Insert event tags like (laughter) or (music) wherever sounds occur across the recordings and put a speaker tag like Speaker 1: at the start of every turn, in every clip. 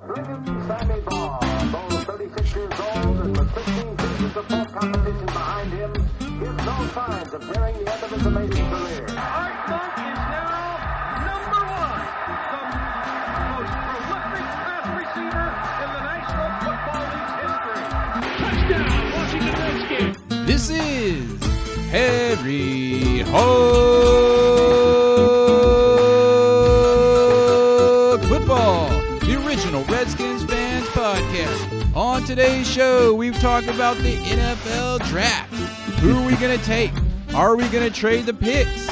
Speaker 1: William Sammy Barr, though 36 years old and with 16 seasons of full competition behind him, gives no signs of nearing the end of his amazing career.
Speaker 2: Art Monk is now number one, the most prolific pass receiver in the National Football League's history. Touchdown, Washington Redskins.
Speaker 3: This is Harry Hog Football, the original Redskins fans podcast. On today's show, we talk about the NFL draft. Who are we going to take? Are we going to trade the picks?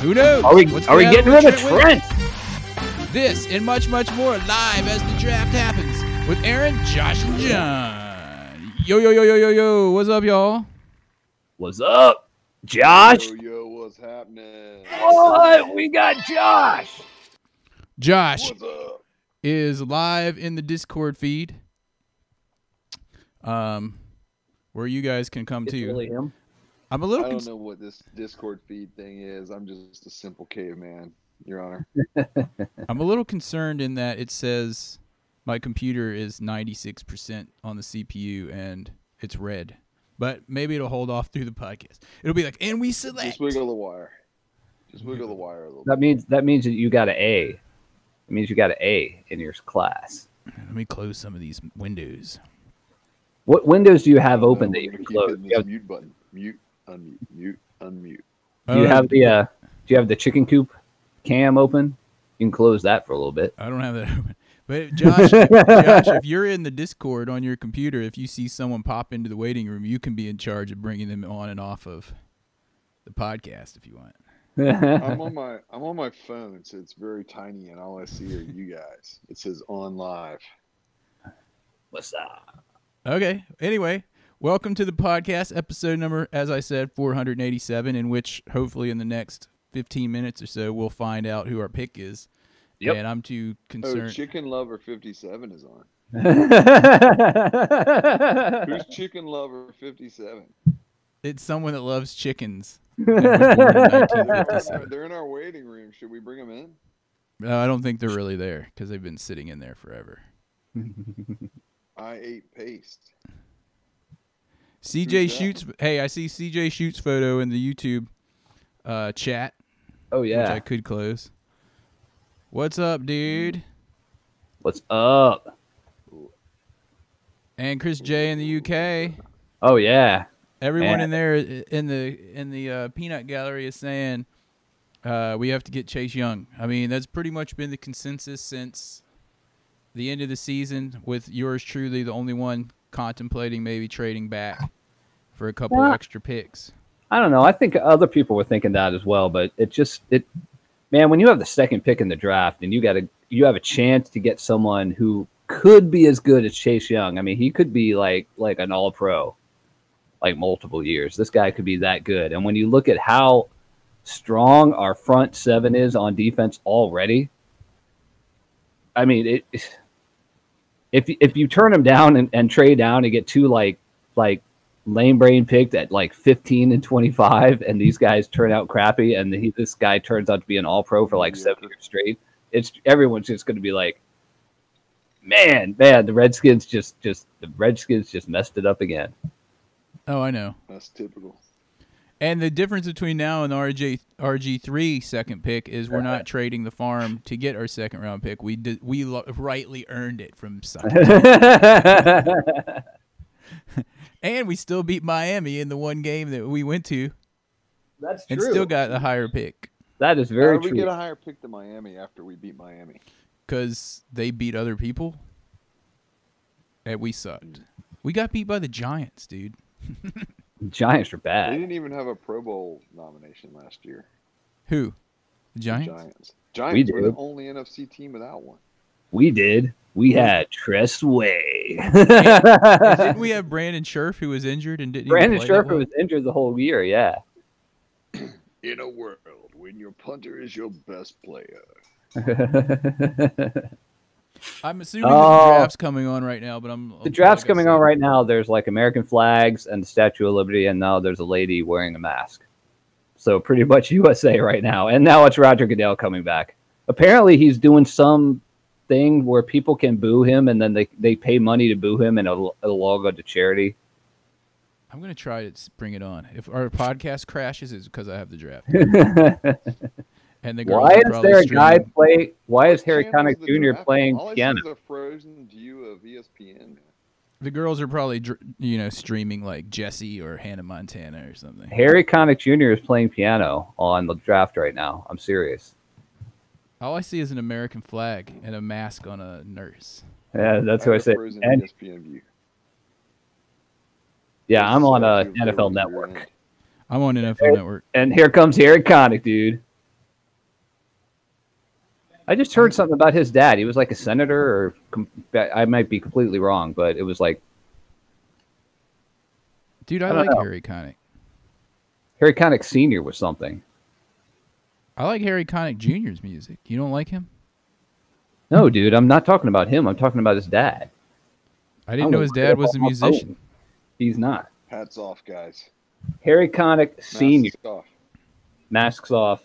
Speaker 3: Who knows?
Speaker 4: Are we
Speaker 3: What's
Speaker 4: are we
Speaker 3: gonna happen
Speaker 4: getting
Speaker 3: with
Speaker 4: rid of
Speaker 3: Trent Williams?
Speaker 4: Trent?
Speaker 3: This and much, much more live as the draft happens with Aaron, Josh, and John. Yo, yo, yo, yo, yo, yo. What's up, y'all?
Speaker 4: What's up, Josh?
Speaker 5: Yo, yo, what's happening?
Speaker 4: What? We got Josh.
Speaker 3: Josh
Speaker 5: What's up?
Speaker 3: is live in the Discord feed, um, where you guys can come too.
Speaker 4: him.
Speaker 3: I'm a
Speaker 5: I
Speaker 3: little.
Speaker 5: don't
Speaker 3: Cons-
Speaker 5: know what this Discord feed thing is. I'm just a simple caveman, Your Honor.
Speaker 3: I'm a little concerned in that it says my computer is 96% on the CPU and it's red, but maybe it'll hold off through the podcast. It'll be like, and we select.
Speaker 5: Just wiggle the wire. Just wiggle the wire a little bit.
Speaker 4: That means that means that you got an A. It means you got an A in your class.
Speaker 3: Let me close some of these windows.
Speaker 4: What windows do you have
Speaker 5: No,
Speaker 4: open
Speaker 5: we're
Speaker 4: that you
Speaker 5: gonna
Speaker 4: can
Speaker 5: keep
Speaker 4: close? Do
Speaker 5: hitting This
Speaker 4: you have,
Speaker 5: mute button. Mute, unmute, mute, unmute.
Speaker 4: do you
Speaker 3: Oh,
Speaker 4: have the uh, do you have the chicken coop cam open? You can close that for a little bit.
Speaker 3: I don't have that open. But Josh, Josh, if you're in the Discord on your computer, if you see someone pop into the waiting room, you can be in charge of bringing them on and off of the podcast if you want.
Speaker 5: I'm on my I'm on my phone, so it's very tiny, and all I see are you guys. It says on live.
Speaker 4: What's up?
Speaker 3: Okay. Anyway, welcome to the podcast, episode number, as I said, 487, in which hopefully in the next 15 minutes or so, we'll find out who our pick is.
Speaker 4: Yep.
Speaker 3: And I'm too
Speaker 5: Oh,
Speaker 3: concerned.
Speaker 5: Chicken Lover 57 is on.
Speaker 4: Who's
Speaker 5: Who's Chicken Lover 57?
Speaker 3: it's someone that loves chickens. that was born in 1957.
Speaker 5: They're in our waiting room. Should we bring them in?
Speaker 3: No, Uh, I don't think they're really there because they've been sitting in there forever.
Speaker 5: I ate paste.
Speaker 3: CJ
Speaker 5: Who's that?
Speaker 3: shoots. Hey, I see CJ shoots photo in the YouTube uh, chat,
Speaker 4: oh
Speaker 3: which I
Speaker 4: yeah.
Speaker 3: could close. What's up, dude?
Speaker 4: What's up?
Speaker 3: And Chris J in the UK.
Speaker 4: Oh yeah.
Speaker 3: Everyone
Speaker 4: Man.
Speaker 3: in there in the in the uh, peanut gallery is saying uh, we have to get Chase Young. I mean, that's pretty much been the consensus since the end of the season. With yours truly, the only one contemplating maybe trading back for a couple
Speaker 4: Yeah.
Speaker 3: extra picks.
Speaker 4: I don't know. I think other people were thinking that as well, but it just it man, when you have the second pick in the draft and you got a you have a chance to get someone who could be as good as Chase Young. I mean, he could be like like an all pro like multiple years. This guy could be that good. And when you look at how strong our front seven is on defense already, I mean, it if if you turn him down and, and trade down and get two like like lame brain picked at like 15 and 25 and these guys turn out crappy and he, this guy turns out to be an all pro for like seven years straight it's everyone's just going to be like man man the redskins just just the redskins just messed it up again
Speaker 3: Oh, I know.
Speaker 5: That's typical.
Speaker 3: And the difference between now and the RG RG three second pick is we're
Speaker 4: (laughs)
Speaker 3: not trading the farm to get our second round pick. We did, we lo- rightly earned it from something,
Speaker 4: (laughs)
Speaker 3: and we still beat Miami in the one game that we went to,
Speaker 4: that's
Speaker 3: and still got a higher pick
Speaker 4: that is
Speaker 5: How
Speaker 4: very
Speaker 5: did we
Speaker 4: true
Speaker 5: get a higher pick than Miami after we beat Miami?
Speaker 3: because they beat other people, and we sucked. We got beat by the Giants, dude.
Speaker 4: giants are
Speaker 5: They
Speaker 4: bad
Speaker 5: didn't even have a Pro Bowl nomination last year.
Speaker 3: Who? The
Speaker 5: The
Speaker 3: Giants.
Speaker 5: Giants. Giants were
Speaker 4: did.
Speaker 5: the only NFC team without one.
Speaker 4: we did we had Tress Way.
Speaker 3: And didn't
Speaker 4: (laughs)
Speaker 3: we have Brandon Scherf who was injured and didn't? even
Speaker 4: Brandon
Speaker 3: play that
Speaker 4: Scherfer
Speaker 3: well?
Speaker 4: was injured the whole year. Yeah,
Speaker 5: In a world when your punter is your best player.
Speaker 4: the
Speaker 3: I'm assuming that
Speaker 4: Oh.
Speaker 3: the draft's coming on right now, but I'm like
Speaker 4: draft's
Speaker 3: I
Speaker 4: coming
Speaker 3: said,
Speaker 4: on right now. There's like American flags and the Statue of Liberty, and now there's a lady wearing a mask. So pretty (laughs) much USA right now. And now it's Roger Goodell coming back. Apparently, he's doing some thing where people can boo him and then they, they pay money to boo him and it'll, it'll all go to charity? (laughs)
Speaker 3: I'm gonna try to s- bring it on. If our podcast crashes, it's because I have the
Speaker 4: (laughs)
Speaker 3: draft. and the girl
Speaker 4: why
Speaker 3: will
Speaker 4: is
Speaker 3: probably
Speaker 4: there a
Speaker 3: stream
Speaker 4: guy
Speaker 3: it.
Speaker 4: play? Why is
Speaker 5: What
Speaker 4: Harry
Speaker 5: channel
Speaker 4: Connick
Speaker 5: is the
Speaker 4: Jr.
Speaker 5: draft on?
Speaker 4: playing
Speaker 5: All I see
Speaker 4: piano?
Speaker 5: is a frozen view of E ESPN. man.
Speaker 3: The girls are probably dr- you know streaming like Jesse or Hannah Montana or something.
Speaker 4: Harry Connick Jr. is playing piano on the draft right now. I'm serious.
Speaker 3: All I see is an American flag and a mask on a nurse.
Speaker 4: Yeah, that's
Speaker 5: I
Speaker 4: who I
Speaker 5: have a
Speaker 4: said.
Speaker 5: Frozen E
Speaker 4: And
Speaker 5: ESPN view.
Speaker 4: yeah, I'm on uh,
Speaker 5: a
Speaker 4: a NFL Network.
Speaker 3: I'm on NFL Network.
Speaker 4: And here comes Harry Connick, dude. I just heard something about his dad. He was like a senator, or com- I might be completely wrong, but it was like
Speaker 3: Dude, I,
Speaker 4: I don't
Speaker 3: like
Speaker 4: know.
Speaker 3: Harry Connick.
Speaker 4: Harry Connick Senior was something.
Speaker 3: I like Harry Connick Jr.'s music. You don't like him?
Speaker 4: No, dude, I'm not talking about him. I'm talking about his dad. Oh,
Speaker 3: I
Speaker 4: I'm
Speaker 3: didn't know
Speaker 4: gonna
Speaker 3: his
Speaker 4: put it
Speaker 3: dad
Speaker 4: up
Speaker 3: was
Speaker 4: on
Speaker 3: a
Speaker 4: my
Speaker 3: musician.
Speaker 4: phone. He's not.
Speaker 5: Hats off, guys.
Speaker 4: Harry Connick
Speaker 5: Masks
Speaker 4: Senior.
Speaker 5: off.
Speaker 4: masks off.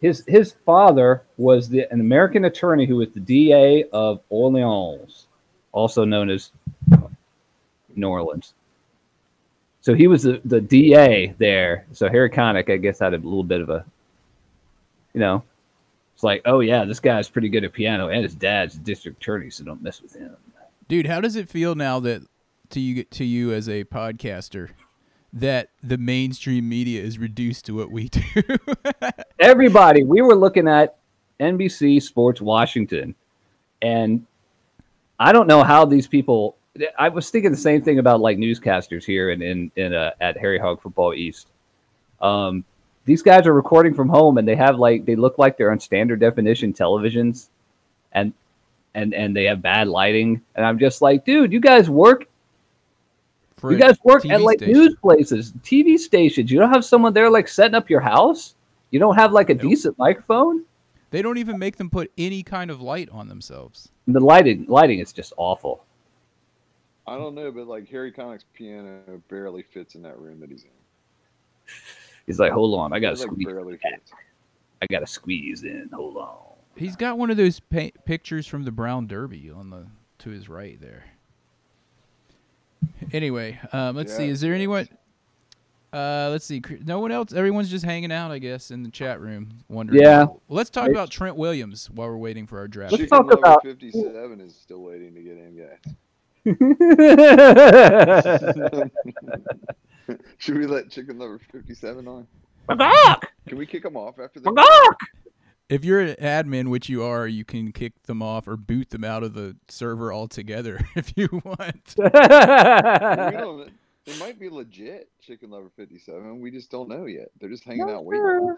Speaker 4: His his father was the an American attorney who was the DA of Orleans, also known as New Orleans. So he was the, the DA there. So Harry Connick, I guess, had a little bit of a, you know, it's like, oh yeah, this guy's pretty good at piano, and his dad's a district attorney, so don't mess with him.
Speaker 3: Dude, how does it feel now that to you to you as a podcaster that the mainstream media is reduced to what we do? (laughs)
Speaker 4: everybody, we were looking at NBC Sports Washington, and I don't know how these people. I was thinking the same thing about like newscasters here in in, in uh, at Harry Hog Football East. Um, these guys are recording from home, and they have like they look like they're on standard definition televisions, and and and they have bad lighting. And I'm just like, dude, you guys work
Speaker 3: For
Speaker 4: you
Speaker 3: a
Speaker 4: guys work
Speaker 3: TV
Speaker 4: at like
Speaker 3: station.
Speaker 4: news places, TV stations. You don't have someone there like setting up your house. You don't have like a decent microphone.
Speaker 3: They don't even make them put any kind of light on themselves.
Speaker 4: And the lighting, lighting is just awful.
Speaker 5: I don't know, but like Harry Connick's piano barely fits in that room that he's in.
Speaker 4: He's like, hold on, I gotta
Speaker 5: It, like,
Speaker 4: squeeze,
Speaker 5: barely fits.
Speaker 4: I gotta squeeze in. Hold on.
Speaker 3: (laughs) He's got one of those pa- pictures from the Brown Derby on the to his right there. Anyway, um, let's see.
Speaker 5: Yeah.
Speaker 3: Is there anyone? Uh, let's see. Cr- No one else. Everyone's just hanging out, I guess, in the chat room. Wondering.
Speaker 4: Yeah.
Speaker 3: Let's talk
Speaker 4: Right.
Speaker 3: about Trent Williams while we're waiting for our draft.
Speaker 4: Let's
Speaker 5: Chicken
Speaker 4: talk
Speaker 5: Lover
Speaker 4: about-
Speaker 5: 57 is still waiting to get in, guys. (laughs) Should we let Chicken Lover 57 on? Can we kick him off after the
Speaker 3: If you're an admin, which you are, you can kick them off or boot them out of the server altogether (laughs) if you want.
Speaker 5: (laughs) We
Speaker 3: (laughs)
Speaker 5: don't- It might be legit Chicken Lover 57. We just don't know yet. They're just hanging out waiting.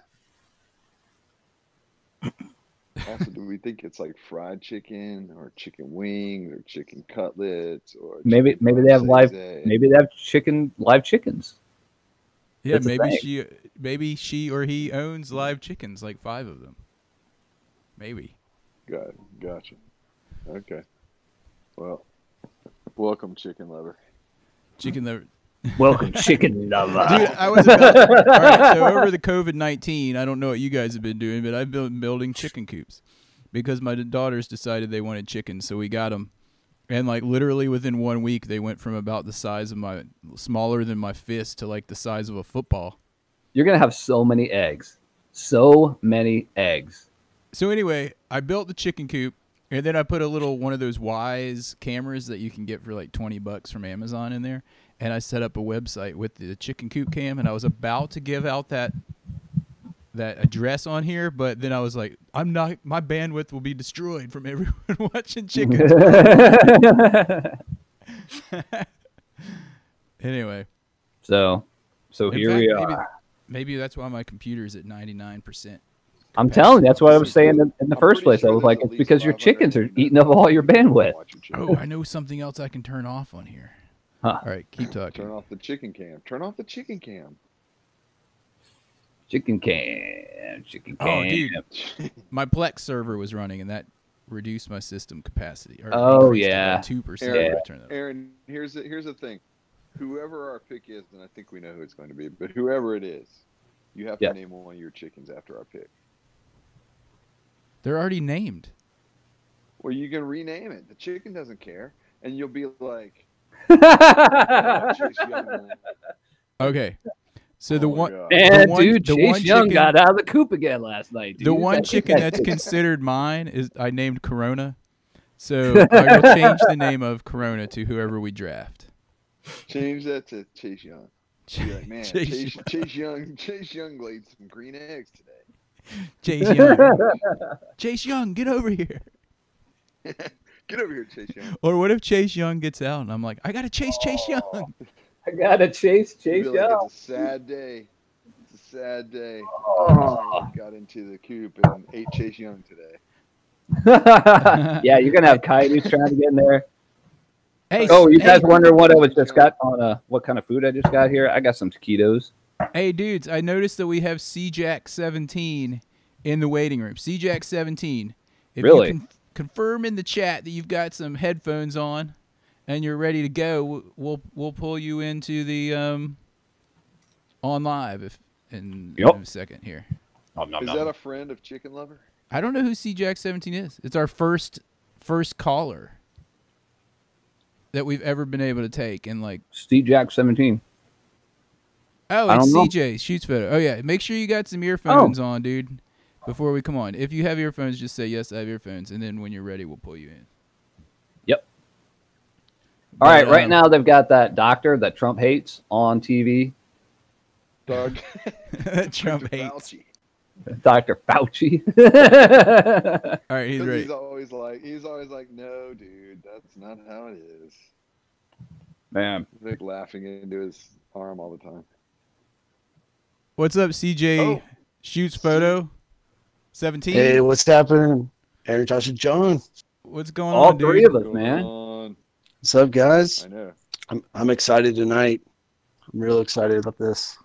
Speaker 5: (laughs) Also, do we think it's like fried chicken or chicken wings or chicken cutlets or
Speaker 4: Maybe-
Speaker 5: chicken
Speaker 4: maybe they have live-
Speaker 5: Marseillaise?
Speaker 4: Maybe they have chicken, live chickens.
Speaker 3: Yeah,
Speaker 4: That's the
Speaker 3: maybe she,
Speaker 4: thing.
Speaker 3: maybe she or he owns live chickens, like five of them. Maybe.
Speaker 5: Got it. Gotcha. Okay. Well, welcome, Chicken Lover.
Speaker 3: Chicken liver. (laughs)
Speaker 4: Welcome, chicken lover.
Speaker 3: Dude, I was (laughs) about. all right, so over the COVID nineteen, I don't know what you guys have been doing, but I've been building chicken coops because my daughters decided they wanted chickens, so we got them. And like literally within one week, they went from about the size of my smaller than my fist to like the size of a football.
Speaker 4: You're gonna have so many eggs, so many eggs.
Speaker 3: (laughs) So anyway, I built the chicken coop, and then I put a little one of those Wise cameras that you can get for like twenty bucks from Amazon in there, and I set up a website with the chicken coop cam, and I was about to give out that that address on here, but then I was like, I'm not. My bandwidth will be destroyed from everyone (laughs) watching
Speaker 4: (laughs)
Speaker 3: chickens. anyway,
Speaker 4: So, so
Speaker 3: in
Speaker 4: here
Speaker 3: fact,
Speaker 4: we are.
Speaker 3: maybe- Maybe that's why my computer's at ninety nine percent.
Speaker 4: I'm telling you, that's what I was
Speaker 5: Listen,
Speaker 4: saying in, in the
Speaker 5: I'm
Speaker 4: first
Speaker 5: pretty
Speaker 4: place. I
Speaker 5: sure
Speaker 4: was
Speaker 5: there's
Speaker 4: like,
Speaker 5: at
Speaker 4: it's
Speaker 5: least
Speaker 4: because your
Speaker 5: 500
Speaker 4: chickens are
Speaker 5: people
Speaker 4: eating up all your bandwidth.
Speaker 5: Watch your chicken.
Speaker 3: Oh, I know something else I can turn off on here.
Speaker 4: Huh.
Speaker 3: All right, keep talking.
Speaker 5: Turn off the chicken cam. Turn off the chicken cam.
Speaker 4: Chicken can, chicken
Speaker 3: Oh,
Speaker 4: can. (laughs)
Speaker 3: dude. my Plex server was running, and that reduced my system capacity. Or
Speaker 4: Oh, yeah.
Speaker 3: two percent.
Speaker 5: Yeah.
Speaker 3: turn it off.
Speaker 5: Aaron, here's the, here's the thing. Whoever our pick is, and I think we know who it's going to be, but whoever it is, you have
Speaker 4: Yeah.
Speaker 5: to name one of your chickens after our pick.
Speaker 3: They're already named.
Speaker 5: Well, you can rename it. The chicken doesn't care, and you'll be
Speaker 4: (laughs)
Speaker 5: like, oh,
Speaker 4: and
Speaker 5: Chase
Speaker 3: (laughs)
Speaker 5: Young, man.
Speaker 3: Okay. So the
Speaker 5: Oh my
Speaker 3: one
Speaker 5: God.
Speaker 3: The one-
Speaker 4: dude,
Speaker 3: the
Speaker 4: Chase
Speaker 3: one
Speaker 4: Young
Speaker 3: chicken-
Speaker 4: got out of the coop again last night.
Speaker 3: the
Speaker 4: dude.
Speaker 3: one
Speaker 4: That-
Speaker 3: chicken
Speaker 4: that-
Speaker 3: that's considered mine is I named Corona.
Speaker 4: (laughs)
Speaker 3: So I will change the name of Corona to whoever we draft.
Speaker 5: change that to Chase Young. Be
Speaker 3: (laughs)
Speaker 5: like, man,
Speaker 3: Chase
Speaker 5: Chase, Chase, Young, Chase Young laid some green eggs today.
Speaker 3: Chase Young.
Speaker 4: (laughs)
Speaker 3: Chase Young, get over here.
Speaker 5: Get over here, Chase Young.
Speaker 3: Or what if Chase Young gets out and I'm like, I gotta chase Chase Young.
Speaker 4: I gotta chase Chase
Speaker 5: You'd be like,
Speaker 4: Young.
Speaker 5: It's a sad day. It's a sad day.
Speaker 4: Oh.
Speaker 5: Got into the coop and ate Chase Young today.
Speaker 4: (laughs) yeah, you're gonna have coyotes trying to get in there.
Speaker 3: Hey,
Speaker 4: Oh, you
Speaker 3: hey,
Speaker 4: guys wonder what I was just got on uh what kind of food I just got here? I got some taquitos.
Speaker 3: Hey dudes, I noticed that we have CJack 17 in the waiting room. CJack 17. If
Speaker 4: Really?
Speaker 3: you can confirm in the chat that you've got some headphones on and you're ready to go, w- we'll we'll pull you into the um on live if in,
Speaker 4: Yep.
Speaker 3: in a second here.
Speaker 5: Is that a friend of Chicken Lover?
Speaker 3: I don't know who CJack 17 is. It's our first first caller that we've ever been able to take and like
Speaker 4: Steve Jack 17.
Speaker 3: Oh,
Speaker 4: I
Speaker 3: it's
Speaker 4: don't know. Oh.
Speaker 3: CJ shoots photo. Oh yeah, make sure you got some earphones on, dude. Before we come on, if you have earphones, just say yes, I have earphones, and then when you're ready, we'll pull you in.
Speaker 4: All right,
Speaker 3: But,
Speaker 4: right
Speaker 3: um,
Speaker 4: now they've got that doctor that Trump hates on TV,
Speaker 3: (laughs)
Speaker 5: Doug.
Speaker 3: Trump
Speaker 4: (laughs)
Speaker 5: Dr.
Speaker 3: hates.
Speaker 5: Fauci.
Speaker 4: Dr. Fauci.
Speaker 3: All right, he's
Speaker 5: 'Cause
Speaker 3: ready.
Speaker 5: He's always like, he's always like, no, dude, that's not how it is.
Speaker 4: Man.
Speaker 5: They're laughing into his arm all the time.
Speaker 3: What's up, CJ?
Speaker 5: Oh.
Speaker 3: Shoots photo. Seventeen.
Speaker 6: Hey, what's happening? Aaron, Josh, and John.
Speaker 3: What's going
Speaker 4: (laughs) All
Speaker 3: on, Oh, dude?
Speaker 4: three of us,
Speaker 5: Going
Speaker 4: man.
Speaker 5: on.
Speaker 6: What's up, guys?
Speaker 5: I know.
Speaker 6: I'm, I'm excited tonight. I'm real excited about this.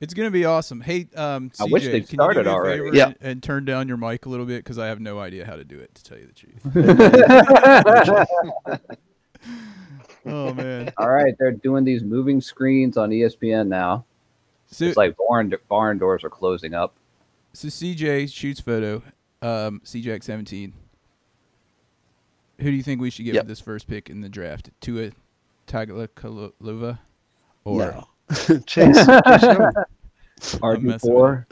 Speaker 3: It's gonna be awesome. Hey, um, CJ,
Speaker 4: I wish they'd
Speaker 3: can you do
Speaker 4: started
Speaker 3: me a
Speaker 4: already.
Speaker 3: favor
Speaker 6: Yeah.
Speaker 3: And, and turn down your mic a little bit because I have no idea how to do it. To tell you the truth.
Speaker 4: (laughs)
Speaker 3: oh man.
Speaker 4: All right, they're doing these moving screens on E ESPN now.
Speaker 3: So,
Speaker 4: It's like barn barn doors are closing up.
Speaker 3: So CJ shoots photo, um, CJack seventeen. Who do you think we should give
Speaker 6: Yep.
Speaker 3: this first pick in the draft? Tua Tagovailoa, or
Speaker 6: No. (laughs) Chase. Chase Young.
Speaker 3: messing
Speaker 4: RB4.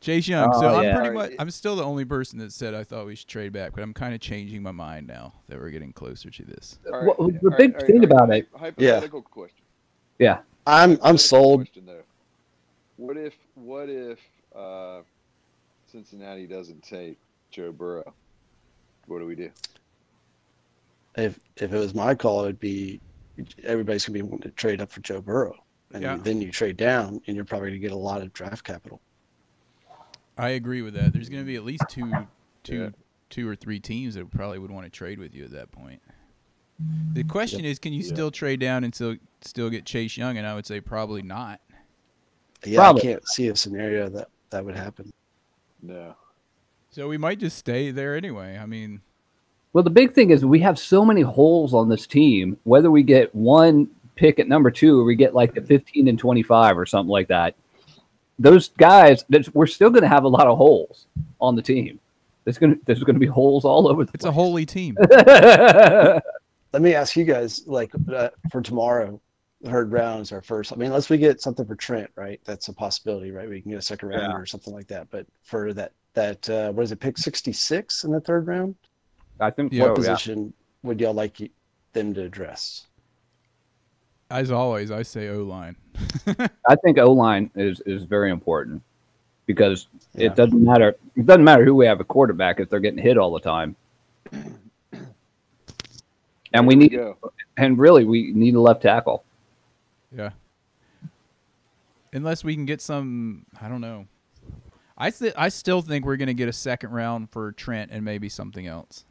Speaker 3: Chase Young? so
Speaker 4: Oh,
Speaker 3: I'm
Speaker 4: yeah.
Speaker 3: pretty much
Speaker 5: Alright.
Speaker 3: I'm still the only person that said I thought we should trade back, but I'm kind of changing my mind now that we're getting closer to this.
Speaker 5: All
Speaker 4: Well,
Speaker 5: all
Speaker 4: the big
Speaker 5: all
Speaker 4: thing
Speaker 5: all
Speaker 4: about it-
Speaker 5: Hypothetical question.
Speaker 6: I'm I'm
Speaker 5: Hypothetical
Speaker 6: sold.
Speaker 5: Question, though. What if what if uh, Cincinnati doesn't take Joe Burrow? What do we do?
Speaker 6: If if it was my call, it'd be everybody's gonna be wanting to trade up for Joe Burrow, and
Speaker 3: Yeah.
Speaker 6: then you trade down, and you're probably gonna get a lot of draft capital.
Speaker 3: I agree with that. There's going to be at least two, two,
Speaker 5: Yeah.
Speaker 3: two or three teams that probably would want to trade with you at that point. The question is, can you
Speaker 5: Yeah.
Speaker 3: still trade down and still still get Chase Young? And I would say probably not.
Speaker 6: Yeah,
Speaker 4: Probably.
Speaker 6: I can't see a scenario that that would happen.
Speaker 5: No.
Speaker 3: So we might just stay there anyway. I mean,
Speaker 4: Well, the big thing is we have so many holes on this team. Whether we get one pick at number two, or we get like the 15 and 25 or something like that, those guys, that's, we're still going to have a lot of holes on the team. There's going to there's going to be holes all over the
Speaker 3: it's a
Speaker 4: place.
Speaker 3: holy team.
Speaker 6: Let me ask you guys, like uh, for tomorrow, the third round is our first. I mean, unless we get something for Trent, right? That's a possibility, right? We can get a second round or something like that. But for that that uh, what is it, pick sixty six in the third round?
Speaker 4: (laughs) I think
Speaker 3: Yeah.
Speaker 4: yeah,
Speaker 6: What
Speaker 4: yeah.
Speaker 6: position would y'all like y- them to address?
Speaker 3: As always, I say O line.
Speaker 4: I think O line is is very important because
Speaker 6: Yeah.
Speaker 4: it doesn't matter it doesn't matter who we have a quarterback if they're getting hit all the time. And we
Speaker 5: There
Speaker 4: need
Speaker 5: go.
Speaker 4: and really we need a left tackle.
Speaker 3: Yeah. Unless we can get some, I don't know. I th- I still think we're going to get a second round for Trent and maybe something else.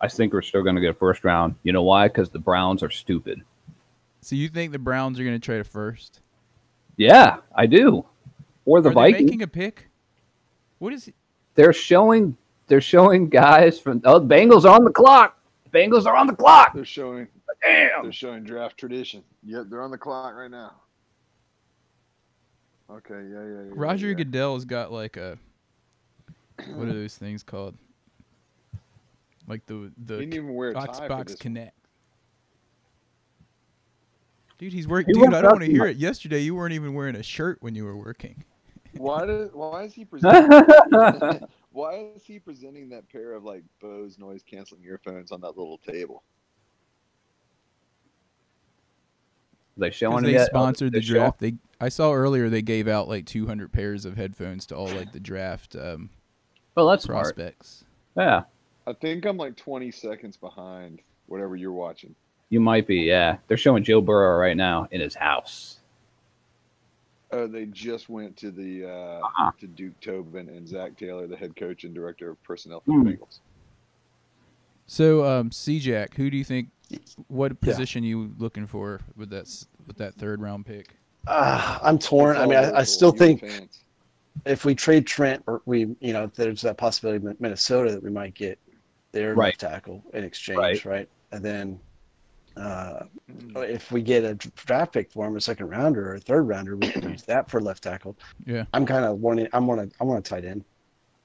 Speaker 4: I think we're still going to get a first round. You know why? Because the Browns are stupid.
Speaker 3: So you think the Browns are going to trade a first?
Speaker 4: Yeah, I do. Or the
Speaker 3: are
Speaker 4: Vikings.
Speaker 3: They making a pick? What is?
Speaker 4: they're showing they're showing guys from oh the Bengals are on the clock. The Bengals are on the clock.
Speaker 5: They're showing
Speaker 4: Damn.
Speaker 3: Oh. (laughs)
Speaker 5: They're showing draft tradition. Yep, they're on the clock right now. Okay, yeah, yeah. yeah
Speaker 3: Roger
Speaker 5: yeah.
Speaker 3: Goodell's got like a what are those things called? like the the
Speaker 5: He didn't even wear a tie for
Speaker 3: Xbox
Speaker 5: this
Speaker 3: Connect. Dude, he's working.
Speaker 4: He
Speaker 3: Dude,
Speaker 4: worked
Speaker 3: I don't
Speaker 4: out
Speaker 3: want to
Speaker 4: too
Speaker 3: hear
Speaker 4: much.
Speaker 3: it. Yesterday, you weren't even wearing a shirt when you were working.
Speaker 5: Why does
Speaker 3: (laughs)
Speaker 5: why is he presenting? why is he presenting that pair of like Bose noise canceling earphones on that little table?
Speaker 4: They
Speaker 3: 'Cause
Speaker 4: showing uh,
Speaker 3: they
Speaker 4: yet?
Speaker 3: sponsored the
Speaker 4: They're showing-
Speaker 3: draft. They I saw earlier they gave out like 200 pairs of headphones to all like the draft um,
Speaker 4: Well, that's smart.
Speaker 3: prospects.
Speaker 4: Yeah,
Speaker 5: I think I'm like 20 seconds behind whatever you're watching.
Speaker 4: you might be. Yeah, they're showing Joe Burrow right now in his house.
Speaker 5: Oh, they just went to the uh,
Speaker 4: Uh-huh.
Speaker 5: to Duke Tobin and Zach Taylor, the head coach and director of personnel for
Speaker 4: Hmm.
Speaker 5: the Bengals.
Speaker 3: So, um, C-Jack, who do you think? What position you looking for with that s- with that third round pick?
Speaker 6: Uh, I'm torn.
Speaker 5: It's
Speaker 6: I
Speaker 5: all
Speaker 6: mean, I, I
Speaker 5: local.
Speaker 6: still
Speaker 5: You're
Speaker 6: think
Speaker 5: fans.
Speaker 6: if we trade Trent, or we, you know, there's that possibility in Minnesota that we might get their
Speaker 4: Right.
Speaker 6: left tackle in exchange,
Speaker 4: Right.
Speaker 6: right? And then uh, if we get a dr- draft pick for him, a second rounder or a third rounder, we can use that for left tackle.
Speaker 3: Yeah.
Speaker 6: I'm kind of wanting. I'm want to. I want a tight end.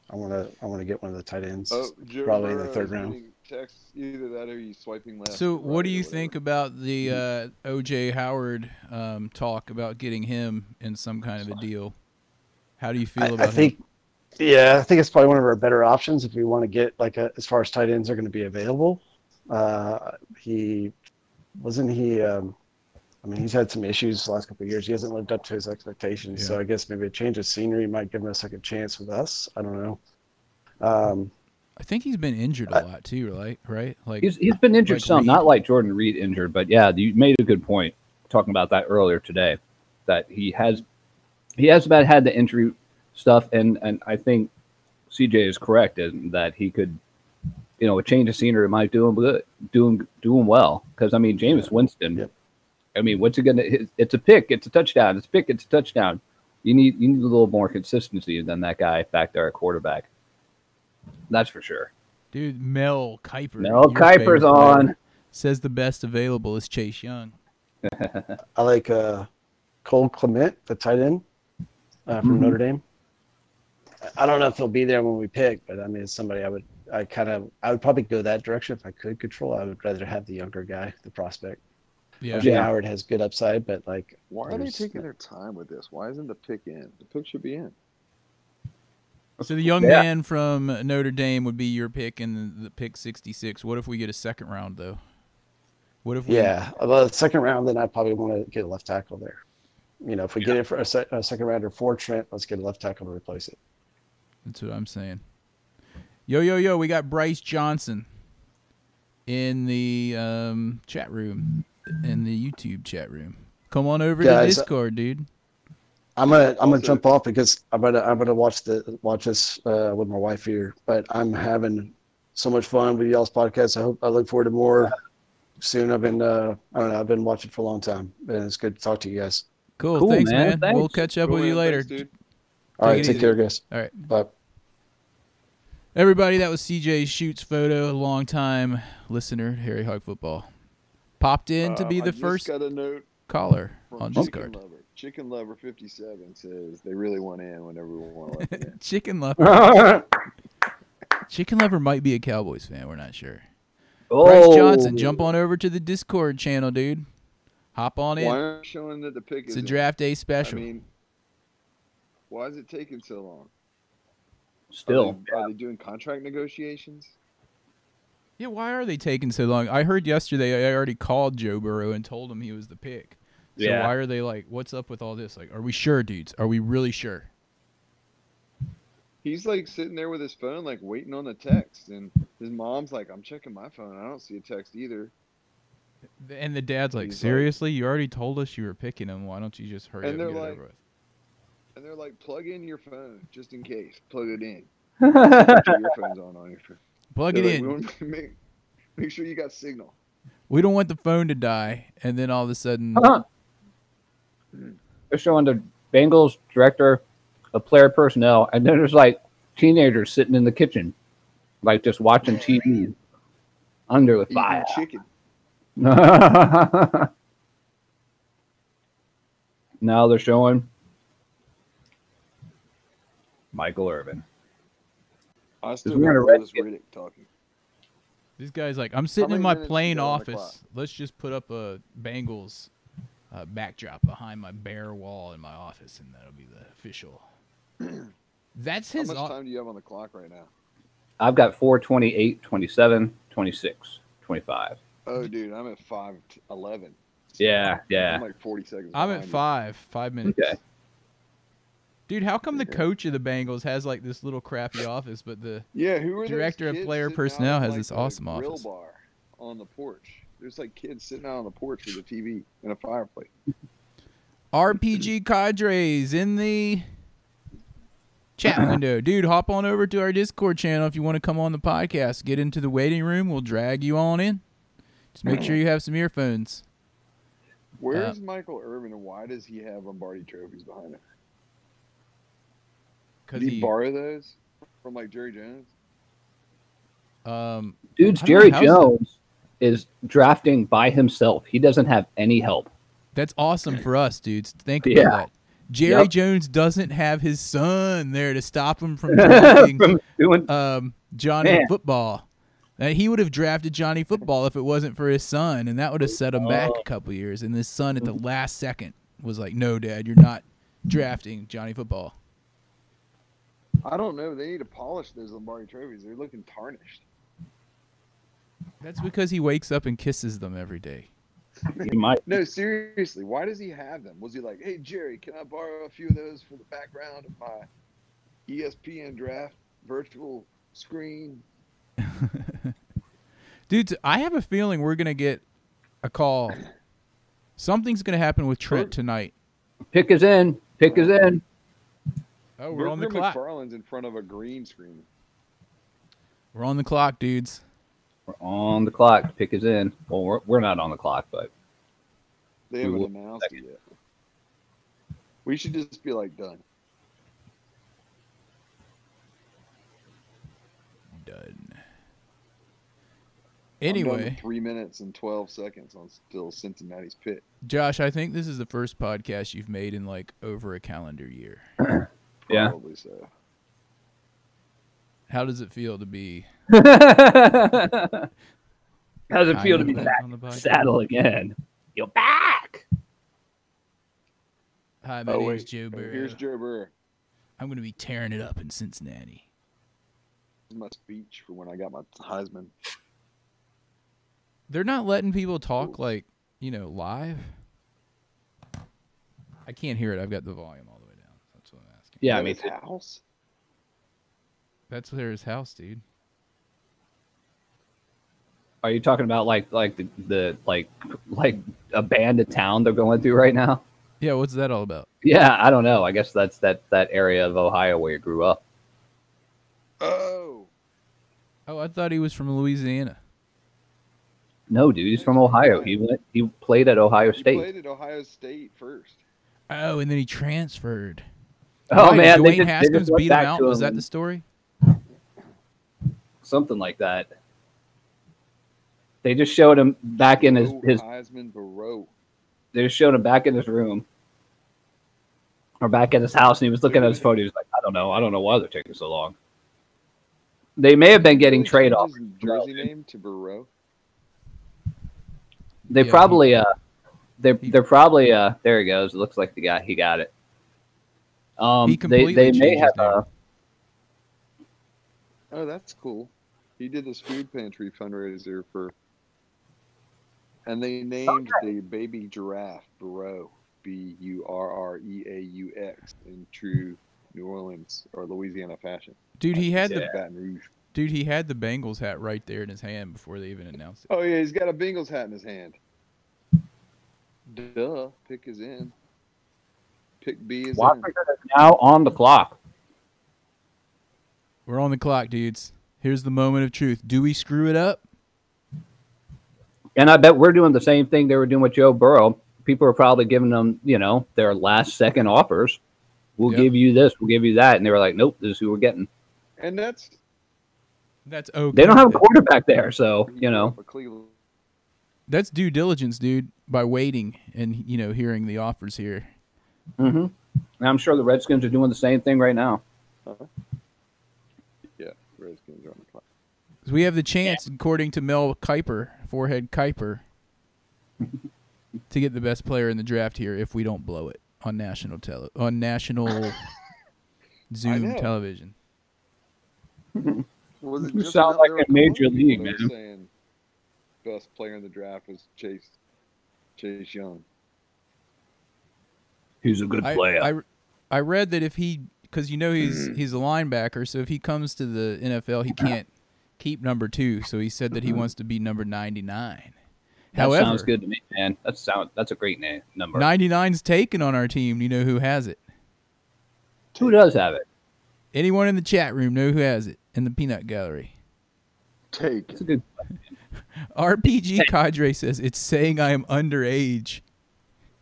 Speaker 6: I want to. I want to get one of the tight ends.
Speaker 5: Oh, Joe
Speaker 6: probably in the
Speaker 5: Burrow
Speaker 6: third
Speaker 5: is
Speaker 6: round.
Speaker 5: getting Texts either that or you swiping left.
Speaker 3: So,
Speaker 5: or
Speaker 3: what do
Speaker 5: right or
Speaker 3: you
Speaker 5: whatever.
Speaker 3: think about the uh, OJ Howard um, talk about getting him in some kind of a deal? How do you feel
Speaker 6: I,
Speaker 3: about
Speaker 6: I think.
Speaker 3: him?
Speaker 6: Yeah, I think it's probably one of our better options if we want to get like a, as far as tight ends are going to be available. Uh, he wasn't he. Um, I mean, he's had some issues the last couple of years. He hasn't lived up to his expectations. So I guess maybe a change of scenery might give him a second chance with us. I don't know. Um,
Speaker 3: I think he's been injured a lot too, right? Right? Like,
Speaker 4: He's he's been injured
Speaker 3: Like
Speaker 4: some,
Speaker 3: Reed.
Speaker 4: not like Jordan Reed injured, but yeah, you made a good point talking about that earlier today. That he has he has about had the injury stuff, and and I think CJ is correct in that he could, you know, a change of scenery might do him good, do him do him well. Because I mean, Jameis Winston,
Speaker 6: Yep.
Speaker 4: I mean, what's it gonna? it- It's a pick, it's a touchdown, it's a pick, it's a touchdown. You need you need a little more consistency than that guy back there at quarterback. That's for sure.
Speaker 3: dude, Mel Kiper.
Speaker 4: Mel
Speaker 3: your favorite
Speaker 4: Kiper's
Speaker 3: player,
Speaker 4: on.
Speaker 3: Says the best available is Chase Young.
Speaker 6: I like uh, Cole Clement, the tight end uh, from
Speaker 4: Mhm.
Speaker 6: Notre Dame. I- I don't know if he'll be there when we pick, but I mean, it's somebody I would, I kind of, I would probably go that direction if I could control. I would rather have the younger guy, the prospect.
Speaker 3: Yeah.
Speaker 6: Yeah.
Speaker 4: Yeah.
Speaker 6: Howard has good upside, but like,
Speaker 5: Why are they
Speaker 6: There's-
Speaker 5: taking their time with this? Why isn't the pick in? The pick should be in.
Speaker 3: So the young
Speaker 4: Yeah.
Speaker 3: man from Notre Dame would be your pick in the, the pick 66. What if we get a second round though? What if we
Speaker 6: yeah, well, the second round, then I probably want to get a left tackle there. You know, if we get it for a, se- a second rounder for Trent, let's get a left tackle to replace it.
Speaker 3: That's what I'm saying. Yo yo yo, we got Bryce Johnson in the um, chat room in the YouTube chat room. Come on over
Speaker 6: Guys,
Speaker 3: to Discord, dude.
Speaker 6: I'm gonna I'm gonna
Speaker 5: Also-
Speaker 6: jump off because I'm gonna I'm gonna watch the watch this uh, with my wife here. But I'm having so much fun with y'all's podcast. I hope I look forward to more soon. I've been uh, I don't know I've been watching for a long time, and it's good to talk to you guys.
Speaker 3: Cool,
Speaker 4: Cool,
Speaker 3: thanks, man.
Speaker 4: man.
Speaker 3: We'll
Speaker 4: Thanks.
Speaker 3: catch up
Speaker 5: Cool,
Speaker 3: with you
Speaker 5: man.
Speaker 3: later.
Speaker 5: Thanks, dude.
Speaker 6: All
Speaker 3: Take
Speaker 6: right,
Speaker 3: it
Speaker 6: take
Speaker 3: easy.
Speaker 6: care, guys.
Speaker 3: All right.
Speaker 6: Bye.
Speaker 3: Everybody, that was CJ Shoots Photo, a long time listener, Harry Hog Football. Popped in to
Speaker 5: Um,
Speaker 3: be
Speaker 5: I
Speaker 3: the
Speaker 5: just
Speaker 3: first
Speaker 5: Got a note
Speaker 3: caller
Speaker 5: from
Speaker 3: on
Speaker 5: Chicken
Speaker 3: Discord.
Speaker 5: Lover. Chicken Lover 57 says they really want in whenever we
Speaker 3: (laughs)
Speaker 5: want to let them in.
Speaker 3: Chicken Lover.
Speaker 4: oh,
Speaker 3: Chicken Lover might be a Cowboys fan. We're not sure.
Speaker 4: Oh.
Speaker 3: Bryce Johnson, jump on over to the Discord channel, dude. Hop on
Speaker 5: Why
Speaker 3: in.
Speaker 5: aren't you showing that the pick
Speaker 3: It's
Speaker 5: is
Speaker 3: a
Speaker 5: in?
Speaker 3: draft day special.
Speaker 5: I mean, why is it taking so long? Are
Speaker 4: Still,
Speaker 5: they, are they doing contract negotiations?
Speaker 3: yeah, why are they taking so long? I heard yesterday I already called Joe Burrow and told him he was the pick. So
Speaker 4: Yeah.
Speaker 3: why are they like, what's up with all this? Like, are we sure, dudes? Are we really sure?
Speaker 5: He's like sitting there with his phone, like waiting on the text, and his mom's like, "I'm checking my phone. I don't see a text either."
Speaker 3: And the dad's like,
Speaker 5: He's like-
Speaker 3: seriously? You already told us you were picking him. Why don't you just hurry
Speaker 5: And
Speaker 3: up
Speaker 5: they're
Speaker 3: and get it
Speaker 5: like-
Speaker 3: over with?
Speaker 5: And they're like, "Plug in your phone just in case. Plug it
Speaker 4: (laughs)
Speaker 5: in. Put your earphones on on your phone.
Speaker 3: Plug
Speaker 5: They're
Speaker 3: it
Speaker 5: like,
Speaker 3: in.
Speaker 5: "We wanna (laughs) Make, make sure you got signal."
Speaker 3: We don't want the phone to die, and then all of a sudden,
Speaker 4: (laughs) Huh. They're showing the Bengals director of player personnel, and then there's like teenagers sitting in the kitchen, like just watching TV under the
Speaker 5: Eating
Speaker 4: fire. (laughs)
Speaker 5: chicken.
Speaker 4: now they're showing Michael Irvin.
Speaker 5: I still
Speaker 4: we're
Speaker 5: got
Speaker 4: gonna
Speaker 5: Louis
Speaker 4: red-
Speaker 5: Riddick talking.
Speaker 3: This guy's like, I'm sitting in my
Speaker 5: many minutes
Speaker 3: plane
Speaker 5: you got on the
Speaker 3: office. Let's just put up a Bengals uh, backdrop behind my bare wall in my office, and that'll be the
Speaker 5: (clears throat)
Speaker 3: official. That's
Speaker 5: How
Speaker 3: his.
Speaker 5: much
Speaker 3: o-
Speaker 5: time do you have on the clock right now?
Speaker 4: I've got 4, 28, 27, 26, 25.
Speaker 5: Oh, dude, I'm at five t- eleven.
Speaker 4: Yeah, yeah.
Speaker 5: I'm like forty seconds.
Speaker 3: I'm at
Speaker 5: behind you.
Speaker 3: five, five minutes.
Speaker 4: Okay.
Speaker 3: Dude, how come the
Speaker 5: Okay.
Speaker 3: coach of the Bengals has like this little crappy office, but the
Speaker 5: Yeah, who are those
Speaker 3: Director of
Speaker 5: kids
Speaker 3: Player
Speaker 5: sitting out
Speaker 3: Personnel
Speaker 5: at,
Speaker 3: has
Speaker 5: like,
Speaker 3: this
Speaker 5: the
Speaker 3: awesome
Speaker 5: grill
Speaker 3: office.
Speaker 5: bar on the porch. There's like kids sitting out on the porch with a TV and a fireplace.
Speaker 3: RPG cadres in the
Speaker 4: (clears throat)
Speaker 3: chat window. Dude, hop on over to our Discord channel if you want to come on the podcast. Get into the waiting room. We'll drag you on in. Just make sure you have some earphones.
Speaker 5: Where
Speaker 3: Uh,
Speaker 5: is Michael Irvin and why does he have Lombardi trophies behind him?
Speaker 3: Cause
Speaker 5: Did he,
Speaker 3: he,
Speaker 5: borrow those from like Jerry Jones?
Speaker 3: um,
Speaker 4: Dude's
Speaker 3: I don't know
Speaker 4: Jerry
Speaker 3: how's that-
Speaker 4: Jones is drafting by himself. He doesn't have any help.
Speaker 3: that's awesome for us, dudes. Think about
Speaker 4: Yeah.
Speaker 3: that. Jerry
Speaker 4: Yep.
Speaker 3: Jones doesn't have his son there to stop him
Speaker 4: (laughs)
Speaker 3: from drafting
Speaker 4: (laughs) From doing
Speaker 3: um, Johnny
Speaker 4: Man.
Speaker 3: Football. Uh, he would have drafted Johnny Football if it wasn't for his son, and that would have set him back a couple years. And his son, at the last second, was like, "No, Dad, you're not drafting Johnny Football."
Speaker 5: I don't know. They need to polish those Lombardi trophies. They're looking tarnished.
Speaker 3: That's because he wakes up and kisses them every day.
Speaker 4: he might.
Speaker 5: (laughs) No, seriously, why does he have them? Was he like, hey Jerry, can I borrow a few of those for the background of my E ESPN draft virtual screen?
Speaker 3: Dude, I have a feeling we're gonna get a call. Something's gonna happen with Trent tonight.
Speaker 4: Pick is in. Pick is in.
Speaker 3: Oh, we're on the
Speaker 5: Berkman
Speaker 3: clock.
Speaker 5: McFarlane's in front of a green screen.
Speaker 3: We're on the clock, dudes.
Speaker 4: We're on the clock. Pick is in. Well, we're, we're not on the clock, (laughs) but
Speaker 5: They
Speaker 4: We
Speaker 5: haven't
Speaker 4: will-
Speaker 5: announced it yet. We should just be like done.
Speaker 3: Done.
Speaker 5: I'm done with
Speaker 3: Anyway.
Speaker 5: three minutes and twelve seconds on still Cincinnati's pit.
Speaker 3: Josh, I think this is the first podcast you've made in like over a calendar year.
Speaker 4: Yeah.
Speaker 5: Probably so.
Speaker 3: How does it feel to be?
Speaker 4: How does it feel to be
Speaker 3: kinda
Speaker 4: back
Speaker 3: on the
Speaker 4: in the
Speaker 3: podcast?
Speaker 4: saddle again? You're back.
Speaker 3: Hi, my
Speaker 5: Oh,
Speaker 3: name's
Speaker 5: wait.
Speaker 3: Joe Burrow.
Speaker 5: Here's Joe Burr.
Speaker 3: I'm gonna be tearing it up in Cincinnati.
Speaker 5: This is my speech for when I got my Heisman.
Speaker 3: They're not letting people talk like you know live. I can't hear it. I've got the volume all the way down. That's what I'm asking.
Speaker 4: Yeah,
Speaker 5: At
Speaker 4: me
Speaker 5: his
Speaker 4: too.
Speaker 5: house.
Speaker 3: That's where his house, dude.
Speaker 4: Are you talking about like like the, the like like abandoned town they're going through right now?
Speaker 3: Yeah, what's that all about?
Speaker 4: Yeah, I don't know. I guess that's that that area of Ohio where you grew up.
Speaker 5: Oh,
Speaker 3: Oh, I thought he was from Louisiana.
Speaker 4: No, dude, he's from Ohio. He went. He played at Ohio
Speaker 5: he
Speaker 4: State.
Speaker 5: played at Ohio State first.
Speaker 3: Oh, and then he transferred.
Speaker 4: (laughs) Oh
Speaker 3: Right,
Speaker 4: man,
Speaker 3: Dwayne
Speaker 4: they just, they
Speaker 3: Haskins
Speaker 4: just went
Speaker 3: beat him
Speaker 4: back
Speaker 3: out.
Speaker 4: to
Speaker 3: Was
Speaker 4: him
Speaker 3: that
Speaker 4: and
Speaker 3: the story?
Speaker 4: something like that? They just showed him back in his,
Speaker 5: Joe
Speaker 4: his
Speaker 5: Heisman Burrow.
Speaker 4: they just showed him back in his room or back at his house and he was looking at his phone. He was like, I don't know. I don't know why they're taking so long. They may have been getting
Speaker 5: Did he
Speaker 4: trade
Speaker 5: change
Speaker 4: offs.
Speaker 5: his Jersey name to Burrow.
Speaker 4: They
Speaker 3: Yeah,
Speaker 4: probably uh they
Speaker 3: he-
Speaker 4: they're probably uh there he goes. It looks like the guy he got it. Um
Speaker 3: He
Speaker 4: they,
Speaker 3: completely
Speaker 4: they may
Speaker 3: changed his
Speaker 4: have
Speaker 3: name.
Speaker 4: uh,
Speaker 5: Oh, that's cool. He did this food pantry fundraiser for, and they named the baby giraffe Burrow, B U R R E A U X, in true New Orleans or Louisiana fashion.
Speaker 3: Dude, he had
Speaker 5: Like
Speaker 3: the
Speaker 5: Baton Rouge.
Speaker 3: dude. He had the Bengals hat right there in his hand before they even announced it.
Speaker 5: Oh yeah, he's got a Bengals hat in his hand. Duh, pick is in. Pick B is in.
Speaker 4: Washington is now on the clock.
Speaker 3: We're on the clock, dudes. Here's the moment of truth. Do we screw it up?
Speaker 4: And I bet we're doing the same thing they were doing with Joe Burrow. People are probably giving them, you know, their last second offers. We'll
Speaker 3: Yep.
Speaker 4: give you this, we'll give you that. And they were like, Nope, this is who we're getting.
Speaker 5: And that's
Speaker 3: That's okay.
Speaker 4: They don't have a quarterback there, so you know.
Speaker 5: a Cleveland
Speaker 3: That's due diligence, dude, by waiting and you know hearing the offers here.
Speaker 4: hmm And I'm sure the Redskins are doing the same thing right now.
Speaker 5: Redskins are on the clock.
Speaker 3: 'Cause we have the chance, according to Mel Kiper, forehead Kiper, to get the best player in the draft here if we don't blow it on national tele on national Zoom
Speaker 5: know.
Speaker 3: television.
Speaker 5: Was it
Speaker 4: You
Speaker 5: just
Speaker 4: sound
Speaker 5: about
Speaker 4: like
Speaker 5: there
Speaker 4: a
Speaker 5: were
Speaker 4: major
Speaker 5: couple people
Speaker 4: league,
Speaker 5: that
Speaker 4: man.
Speaker 5: were Saying best player in the draft was Chase Chase Young.
Speaker 4: He's a good
Speaker 3: I,
Speaker 4: player.
Speaker 3: I I read that if he because you know he's
Speaker 4: Mm.
Speaker 3: he's a linebacker, so if he comes to the NFL, he can't keep number two. So he said that he wants to be number ninety nine.
Speaker 4: Mm-hmm. that
Speaker 3: However,
Speaker 4: sounds good to me, man. That sound that's a great name number.
Speaker 3: 99's taken on our team. You know who has it?
Speaker 4: Who does have it?
Speaker 3: Anyone in the chat room know who has it in the peanut gallery?
Speaker 5: Take
Speaker 4: It's a good.
Speaker 3: RPG Cadre says it's saying I am underage.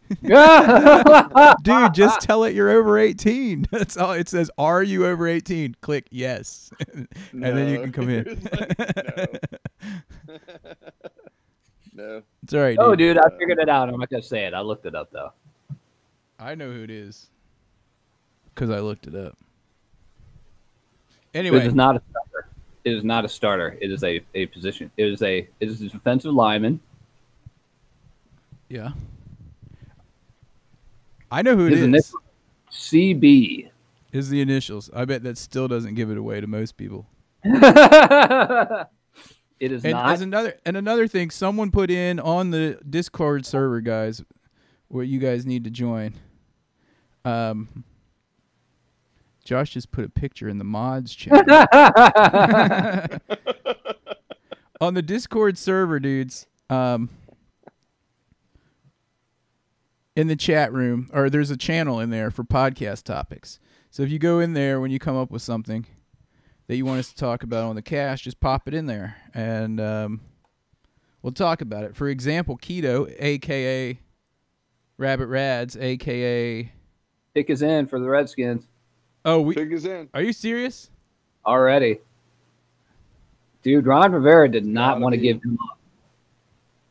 Speaker 4: (laughs)
Speaker 3: Dude, just tell it you're over 18. (laughs) That's all it says. Are you over 18? Click yes. (laughs) and then you
Speaker 5: No.
Speaker 3: can come
Speaker 4: (laughs)
Speaker 3: in.
Speaker 5: It's like, no.
Speaker 3: (laughs) It's all right. Dude.
Speaker 4: oh, dude, I figured it out. I'm not gonna say it. I looked it up though.
Speaker 3: I know who it is because I looked it up. Anyway,
Speaker 4: It is not a starter. It is not a starter. It is a, a position. It is a it is a defensive lineman.
Speaker 3: yeah. I know who it
Speaker 4: His
Speaker 3: is.
Speaker 4: initial- CB.
Speaker 3: Is the initials. I bet that still doesn't give it away to most people.
Speaker 4: it is
Speaker 3: and
Speaker 4: not.
Speaker 3: as another and another thing, someone put in on the Discord server, guys, where you guys need to join. Um, Josh just put a picture in the mods
Speaker 4: (laughs)
Speaker 3: chat. (laughs) on the Discord server, dudes. Um, in the chat room, or there's a channel in there for podcast topics. So if you go in there when you come up with something, that you want us to talk about on the cash, just pop it in there and um, we'll talk about it. For example, keto, aka Rabbit Rads, aka
Speaker 4: Pick is in for the Redskins
Speaker 3: oh, we
Speaker 5: Pick is in.
Speaker 3: are you serious?
Speaker 4: already. Dude, Ron Rivera did not
Speaker 5: Gotta
Speaker 4: want to
Speaker 5: be.
Speaker 4: give him up.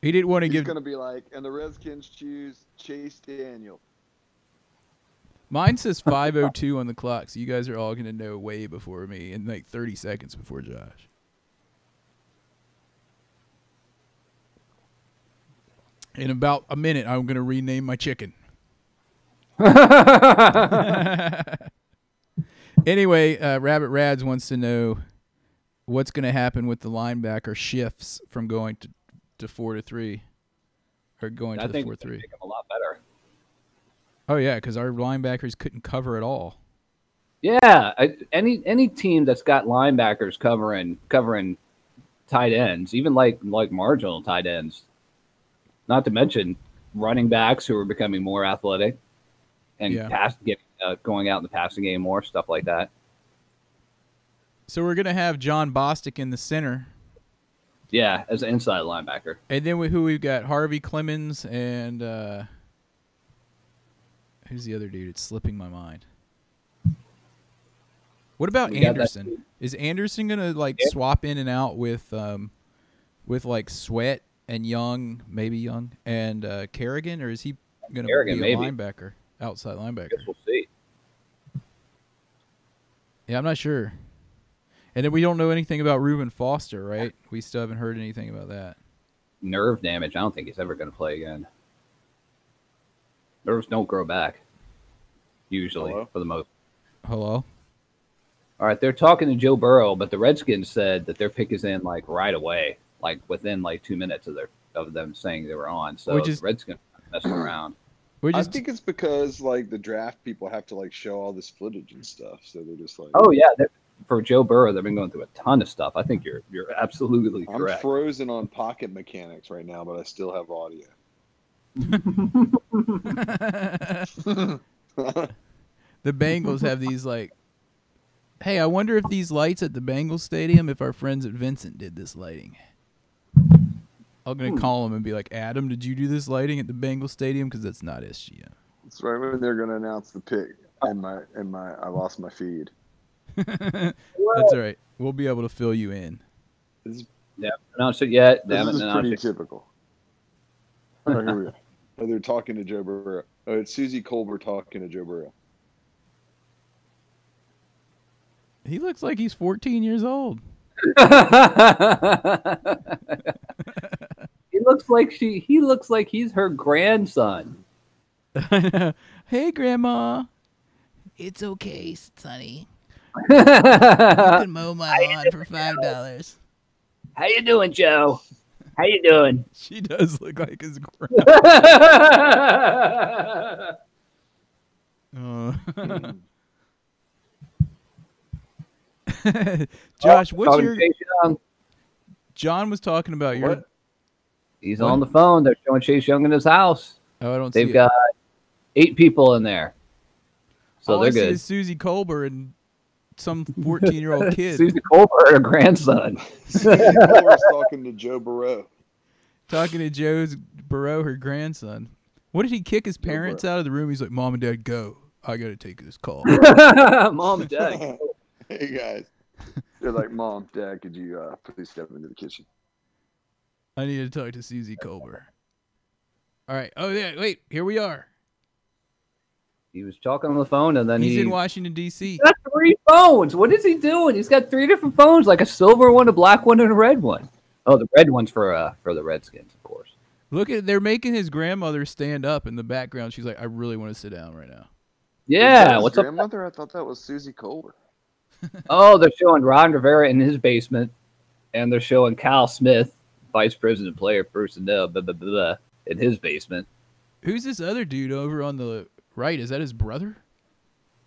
Speaker 3: He didn't want to
Speaker 5: He's
Speaker 3: give
Speaker 5: gonna be like, and the Redskins choose Chase Daniel.
Speaker 3: mine says 502 on the clock, so you guys are all gonna know way before me and like 30 seconds before Josh. In about a minute, I'm gonna rename my chicken. Anyway, uh, Rabbit Rads wants to know what's going to happen with the linebacker shifts from going to, to four to three or going
Speaker 4: I
Speaker 3: to the
Speaker 4: think
Speaker 3: four
Speaker 4: we can
Speaker 3: three.
Speaker 4: make him a lot better.
Speaker 3: Oh yeah, because our linebackers couldn't cover at all.
Speaker 4: Yeah, I, any any team that's got linebackers covering covering tight ends, even like like marginal tight ends, not to mention running backs who are becoming more athletic and
Speaker 3: Yeah.
Speaker 4: pass get, uh, going out in the passing game more stuff like that.
Speaker 3: So we're going to have John Bostic in the center,
Speaker 4: Yeah, as an inside linebacker.
Speaker 3: and then we, who we've got Harvey Clemens and uh, who's the other dude? It's slipping my mind. What about
Speaker 4: We got that
Speaker 3: Anderson? Is Anderson gonna like
Speaker 4: Yeah.
Speaker 3: swap in and out with um with like Sweat and Young, maybe Young and uh Kerrigan, or is he gonna
Speaker 4: Kerrigan,
Speaker 3: be a
Speaker 4: maybe.
Speaker 3: linebacker, outside linebacker?
Speaker 4: I guess we'll see.
Speaker 3: Yeah, I'm not sure. And then we don't know anything about Reuben Foster, right? We still haven't heard anything about that.
Speaker 4: nerve damage. I don't think he's ever going to play again. Nerves don't grow back, usually,
Speaker 5: Hello?
Speaker 4: for the most.
Speaker 3: Hello.
Speaker 4: All right, they're talking to Joe Burrow, but the Redskins said that their pick is in like right away, like within like two minutes of their of them saying they were on. So
Speaker 3: Which is-
Speaker 4: the Redskins are not messing around.
Speaker 3: We
Speaker 5: I
Speaker 3: just (laughs)
Speaker 5: think it's because like the draft people have to like show all this footage and stuff, so they're just like,
Speaker 4: Oh yeah, they're- for Joe Burrow, they've been going through a ton of stuff. I think you're you're absolutely
Speaker 5: I'm
Speaker 4: correct.
Speaker 5: frozen on pocket mechanics right now, but I still
Speaker 4: (laughs)
Speaker 5: have audio.
Speaker 3: the Bengals have these like, hey, I wonder if these lights at the Bengals stadium, if our friends at Vincent did this lighting. I'm gonna call them and be like, Adam, did you do this lighting at the Bengals stadium? Because that's not SGM.
Speaker 5: It's right when they're gonna announce the pick, and my and my I lost my feed.
Speaker 3: (laughs) That's all right. We'll be able to fill you in.
Speaker 5: This, is-
Speaker 4: They haven't announced it yet. They
Speaker 5: this
Speaker 4: haven't
Speaker 5: is
Speaker 4: announced
Speaker 5: pretty (laughs)
Speaker 4: it.
Speaker 5: typical. Oh, here we are. Oh, they're talking to Joe Burrow. Oh, it's Susie Colbert talking to Joe
Speaker 4: (laughs)
Speaker 5: Burrow.
Speaker 3: (laughs) He looks like he's 14 years old.
Speaker 4: (laughs) he looks like she. He looks like he's her grandson.
Speaker 3: hey, Grandma. It's okay, Sonny. You
Speaker 4: How
Speaker 3: can mow my lawn for five dollars.
Speaker 4: you doing, Joe? How you doing?
Speaker 3: She does look like his (laughs) (laughs) grandma. Josh, what's
Speaker 4: Talking
Speaker 3: your
Speaker 4: to Chase Young.
Speaker 3: John was talking about your.
Speaker 4: What? He's
Speaker 3: What?
Speaker 4: on the phone. They're showing Chase Young in his house.
Speaker 3: Oh, I don't see.
Speaker 4: They've
Speaker 3: it.
Speaker 4: got eight people in there, so
Speaker 3: All I
Speaker 4: they're
Speaker 3: see
Speaker 4: good.
Speaker 3: is Susie Colbert and some fourteen-year-old kid
Speaker 4: Susan Colbert,
Speaker 3: (laughs)
Speaker 4: her grandson.
Speaker 5: Or is talking to Joe Burrow.
Speaker 3: talking to Joe's Burrow, her grandson. What did he kick his parents out of the room? He's like, "Mom and Dad, go. I gotta take this call."
Speaker 4: Mom, and dad.
Speaker 5: hey guys. They're like, Mom, Dad, could you uh, please step into the kitchen?
Speaker 3: I need to talk to Susie Colbert. All right. Oh yeah. Wait. Here we are.
Speaker 4: He was talking on the phone, and then
Speaker 3: He's
Speaker 4: he
Speaker 3: in Washington D.C.
Speaker 4: He's got three phones. What is he doing? He's got three different phones, like a silver one, a black one, and a red one. Oh, the red one's for uh for the Redskins, of course.
Speaker 3: Look at they're making his grandmother stand up in the background. She's like, "I really want to sit down right now."
Speaker 5: Is that
Speaker 4: Yeah,
Speaker 5: his
Speaker 4: what's up?
Speaker 5: grandmother? I thought that was Susie Colbert.
Speaker 4: Oh, they're showing Ron Rivera in his basement, and they're showing Kyle Smith, vice president, player personnel, blah, blah, blah, blah, in his basement.
Speaker 3: Who's this other dude over on the right? Is that his brother?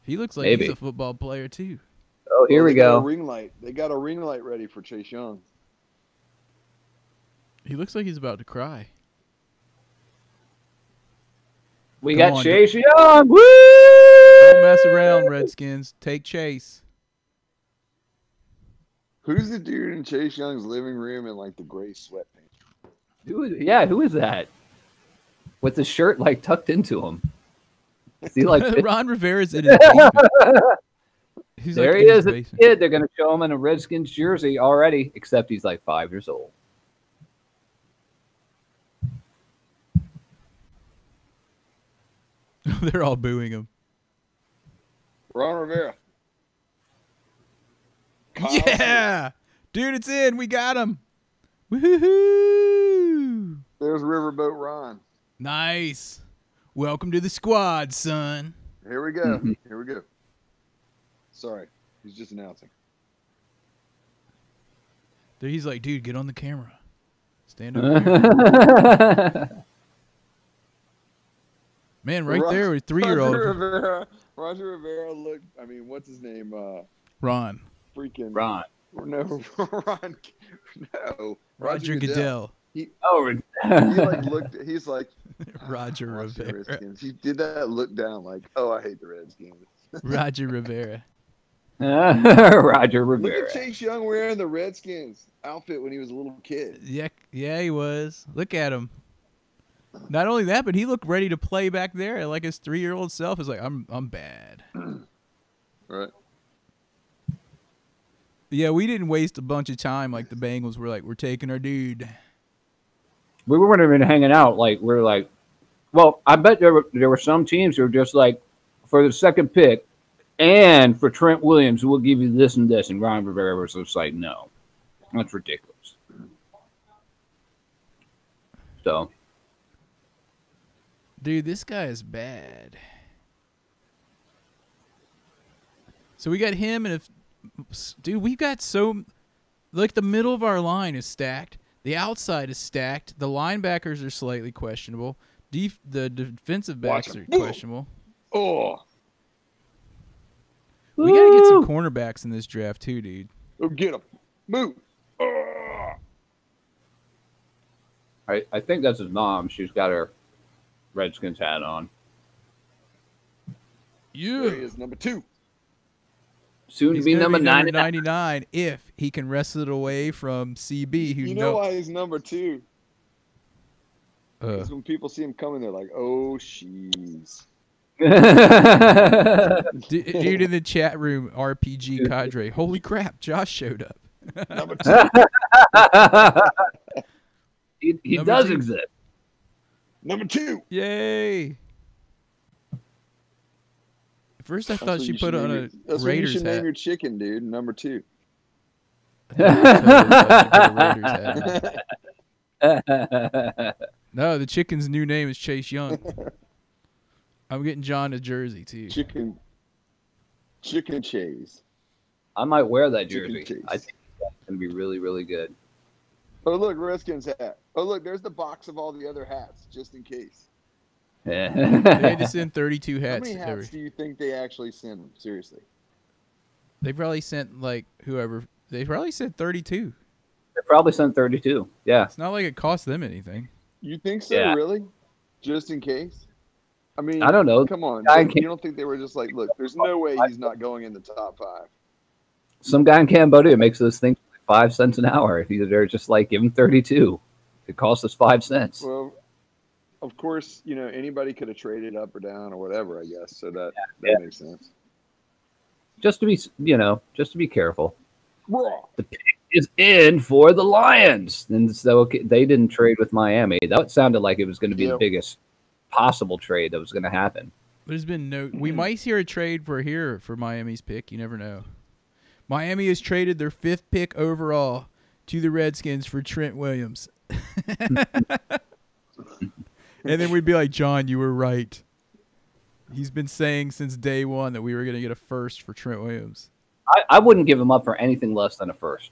Speaker 3: He looks like
Speaker 4: Maybe.
Speaker 3: he's a football player too.
Speaker 4: Oh, here
Speaker 5: Oh,
Speaker 4: we
Speaker 5: they got a
Speaker 4: go.
Speaker 5: ring light. They got a ring light ready for Chase Young.
Speaker 3: He looks like he's about to cry.
Speaker 4: We
Speaker 3: Come
Speaker 4: got
Speaker 3: on,
Speaker 4: Chase Young. Woo!
Speaker 3: Don't mess around, Redskins. Take chase.
Speaker 5: Who's the dude in Chase Young's living room in like the gray sweatpants?
Speaker 4: Who is, yeah, who is that? With his shirt like tucked into him. Is
Speaker 3: (laughs)
Speaker 4: he like
Speaker 3: Ron Rivera's in
Speaker 4: (laughs)
Speaker 3: his basement. He's
Speaker 4: there
Speaker 3: like
Speaker 4: he
Speaker 3: in his
Speaker 4: is, a
Speaker 3: basement. (laughs)
Speaker 4: kid. They're gonna show him in a Redskins jersey already, except he's like five
Speaker 3: (laughs)
Speaker 4: years old.
Speaker 3: They're all booing him.
Speaker 5: Ron Rivera. Kyle
Speaker 3: Yeah, dude, it's in. We got him. Woohoo!
Speaker 5: There's Riverboat Ron.
Speaker 3: Nice. Welcome to the squad, son.
Speaker 5: Here we go.
Speaker 3: Mm-hmm.
Speaker 5: Here we go. Sorry, he's just announcing.
Speaker 3: Dude, he's like, dude, get on the camera. Stand up. there.
Speaker 4: (laughs) That's
Speaker 3: Man, right
Speaker 5: Ron-
Speaker 3: there with three year
Speaker 5: Roger
Speaker 3: old
Speaker 5: Rivera. Roger Rivera looked. I mean, what's his name? Uh,
Speaker 3: Ron.
Speaker 5: freaking
Speaker 4: Ron.
Speaker 5: No, (laughs) Ron. No,
Speaker 3: Roger Goodell.
Speaker 4: Oh, (laughs)
Speaker 5: He like looked. He's like
Speaker 3: (laughs) Roger
Speaker 5: "I watch the
Speaker 3: Rivera.
Speaker 5: Redskins." He did that look down like, oh, I hate the Redskins.
Speaker 3: (laughs) Roger Rivera.
Speaker 4: Roger
Speaker 5: Look
Speaker 4: Rivera.
Speaker 5: at Chase Young wearing the Redskins outfit when he was a little kid.
Speaker 3: Yeah, yeah, he was. Look at him. Not only that, but he looked ready to play back there. Like his three year old self is like, I'm I'm bad.
Speaker 5: Right.
Speaker 3: Yeah, we didn't waste a bunch of time like the Bengals were like, We're taking our dude.
Speaker 4: we weren't even hanging out. Like we are like, well, I bet there were there were some teams who were just like, for the second pick, and for Trent Williams, we'll give you this and this. And Ron Rivera was just like, no, that's ridiculous. So
Speaker 3: Dude, this guy is bad. So we got him and if dude, we've got so like the middle of our line is stacked. The outside is stacked. The linebackers are slightly questionable. Def- the defensive
Speaker 5: Watch
Speaker 3: backs
Speaker 5: 'em.
Speaker 3: are
Speaker 5: Boom.
Speaker 3: questionable.
Speaker 5: Oh,
Speaker 3: We got to get some
Speaker 4: Woo!
Speaker 3: cornerbacks in this draft too, dude.
Speaker 5: oh get him, move. Oh.
Speaker 4: I, I think that's his mom. She's got her Redskins hat on.
Speaker 5: There he is, number two.
Speaker 4: Soon to
Speaker 3: He's
Speaker 4: be
Speaker 3: gonna
Speaker 4: number
Speaker 3: be
Speaker 4: nine.
Speaker 3: number 99 if he can wrestle it away from CB who
Speaker 5: You know
Speaker 3: know,
Speaker 5: why he's number two?
Speaker 3: Uh,
Speaker 5: Because when people see him coming, they're like, oh, she's.
Speaker 3: Du- dude in the chat room, (laughs) RPG cadre. Holy crap, Josh showed up. (laughs)
Speaker 5: Number two.
Speaker 4: (laughs) he he
Speaker 3: Number
Speaker 4: does
Speaker 3: two.
Speaker 4: exist.
Speaker 5: number two.
Speaker 3: Yay! At first, I
Speaker 5: That's
Speaker 3: thought
Speaker 5: what
Speaker 3: she
Speaker 5: you
Speaker 3: put
Speaker 5: should
Speaker 3: on
Speaker 5: name your-
Speaker 3: a
Speaker 5: That's what you
Speaker 3: Raiders
Speaker 5: should name
Speaker 3: hat.
Speaker 5: your chicken, dude. Number two.
Speaker 3: (laughs)
Speaker 5: (laughs)
Speaker 3: No, the chicken's new name is Chase
Speaker 5: (laughs)
Speaker 3: Young. I'm getting John a jersey too.
Speaker 5: Chicken, chicken chase.
Speaker 4: I might wear that
Speaker 5: Chicken
Speaker 4: jersey.
Speaker 5: cheese.
Speaker 4: I think that's gonna be really, really good.
Speaker 5: Oh look, Redskins hat. Oh look, there's the box of all the other hats, just in case.
Speaker 4: (laughs)
Speaker 3: They had to
Speaker 4: Yeah.
Speaker 3: send 32
Speaker 5: (laughs) How
Speaker 3: hats.
Speaker 5: many
Speaker 3: to every-
Speaker 5: hats do you think they actually send them? Seriously,
Speaker 3: They probably sent like whoever. They probably sent 32.
Speaker 4: They probably sent 32. Yeah.
Speaker 3: It's not like it cost them anything.
Speaker 5: you think so?
Speaker 4: Yeah.
Speaker 5: Really? Just in case? I mean,
Speaker 4: I don't know.
Speaker 5: Come on,
Speaker 4: I
Speaker 5: you
Speaker 4: can't-
Speaker 5: don't think they were just like, look, there's no way he's not going in the top five.
Speaker 4: Some guy in Cambodia makes those things like five cents an hour. They're just like, give him 32. It costs us five cents.
Speaker 5: Well, of course, you know anybody could have traded up or down or whatever. I guess so that that
Speaker 4: Yeah.
Speaker 5: makes sense.
Speaker 4: Just to be, you know, just to be careful.
Speaker 5: Raw.
Speaker 4: Is in for the Lions. And so okay, they didn't trade with Miami. That sounded like it was going to be
Speaker 5: Yeah.
Speaker 4: the biggest possible trade that was going to happen.
Speaker 3: There's been no. We might hear a trade for here for Miami's pick. You never know. Miami has traded their fifth pick overall to the Redskins for Trent Williams. (laughs) and then we'd be like, John, you were right. He's been saying since day one that we were going to get a first for Trent Williams.
Speaker 4: I, I wouldn't give him up for anything less than a first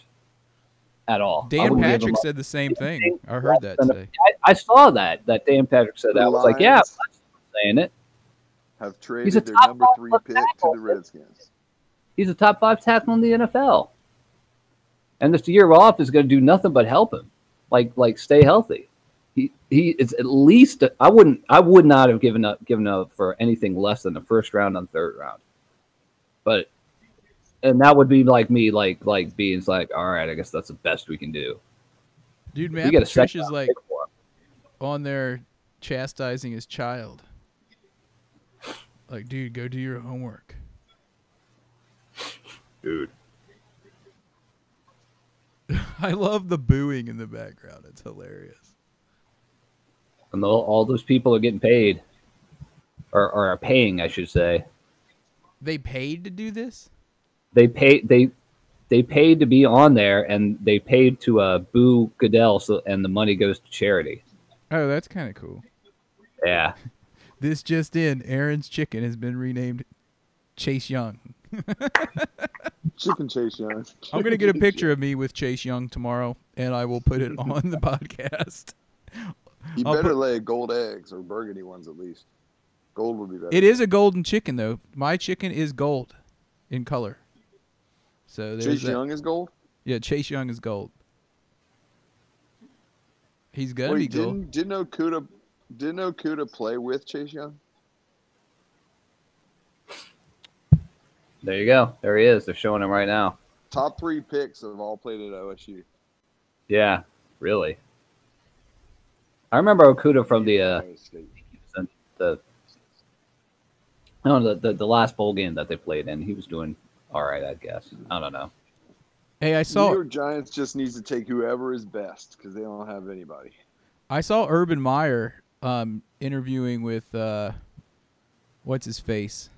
Speaker 4: at all. I
Speaker 3: Dan
Speaker 4: wouldn't give him
Speaker 3: Patrick
Speaker 4: up.
Speaker 3: said the
Speaker 4: (laughs)
Speaker 3: same thing. I heard that
Speaker 4: Than a-
Speaker 3: today.
Speaker 4: I, I saw that that Dan Patrick said that. I was like, yeah,
Speaker 5: Lions.
Speaker 4: I'm saying it.
Speaker 5: Have traded their
Speaker 4: top
Speaker 5: number
Speaker 4: five
Speaker 5: three
Speaker 4: left
Speaker 5: pick to
Speaker 4: tackle.
Speaker 5: the Redskins.
Speaker 4: He's a top five tackle in the NFL, and this year off is going to do nothing but help him. Like like stay healthy. He he is at least I wouldn't I would not have given up given up for anything less than the first round and third round, but. And that would be like me, like like being like, all right, I guess that's the best we can do.
Speaker 3: Dude,
Speaker 4: we
Speaker 3: Matt
Speaker 4: get a second
Speaker 3: Patricia's
Speaker 4: round
Speaker 3: like
Speaker 4: pick for him.
Speaker 3: on there chastising his child. Like, dude, go do your homework.
Speaker 4: dude.
Speaker 3: (laughs) I love the booing in the background. It's hilarious.
Speaker 4: and all, all those people are getting paid or, or are paying i should say
Speaker 3: They paid to do this?
Speaker 4: they pay they they paid to be on there and they paid to uh, boo goodell so and the money goes to charity
Speaker 3: Oh, that's kind of cool.
Speaker 4: yeah
Speaker 3: This just in, Aaron's chicken has been renamed Chase Young.
Speaker 5: Chicken chase, Young.
Speaker 3: (laughs) I'm going to
Speaker 5: (laughs)
Speaker 3: get a picture of me with Chase Young tomorrow and I will put it on the (laughs) podcast.
Speaker 5: You
Speaker 3: I'll
Speaker 5: better
Speaker 3: put-
Speaker 5: lay gold eggs or burgundy ones at least. Gold would be better.
Speaker 3: It is a golden chicken though. My chicken is gold in color. So there's
Speaker 5: Chase
Speaker 3: that.
Speaker 5: Young is gold.
Speaker 3: Yeah, Chase Young is gold. He's going to be
Speaker 5: Wait,
Speaker 3: gold.
Speaker 5: didn't didn't Okuda didn't Okuda play with Chase Young?
Speaker 4: there you go there he is they're showing him right now
Speaker 5: Top three picks have all played at OSU.
Speaker 4: yeah really i remember okuda from the uh
Speaker 5: Ohio State.
Speaker 4: the no, the, the the last bowl game that they played in, he was doing all right, I guess. I don't know.
Speaker 3: Hey, I
Speaker 5: New
Speaker 3: saw
Speaker 5: York Giants just needs to take whoever is best because they don't have anybody.
Speaker 3: I saw Urban Meyer um, interviewing with uh, what's his face,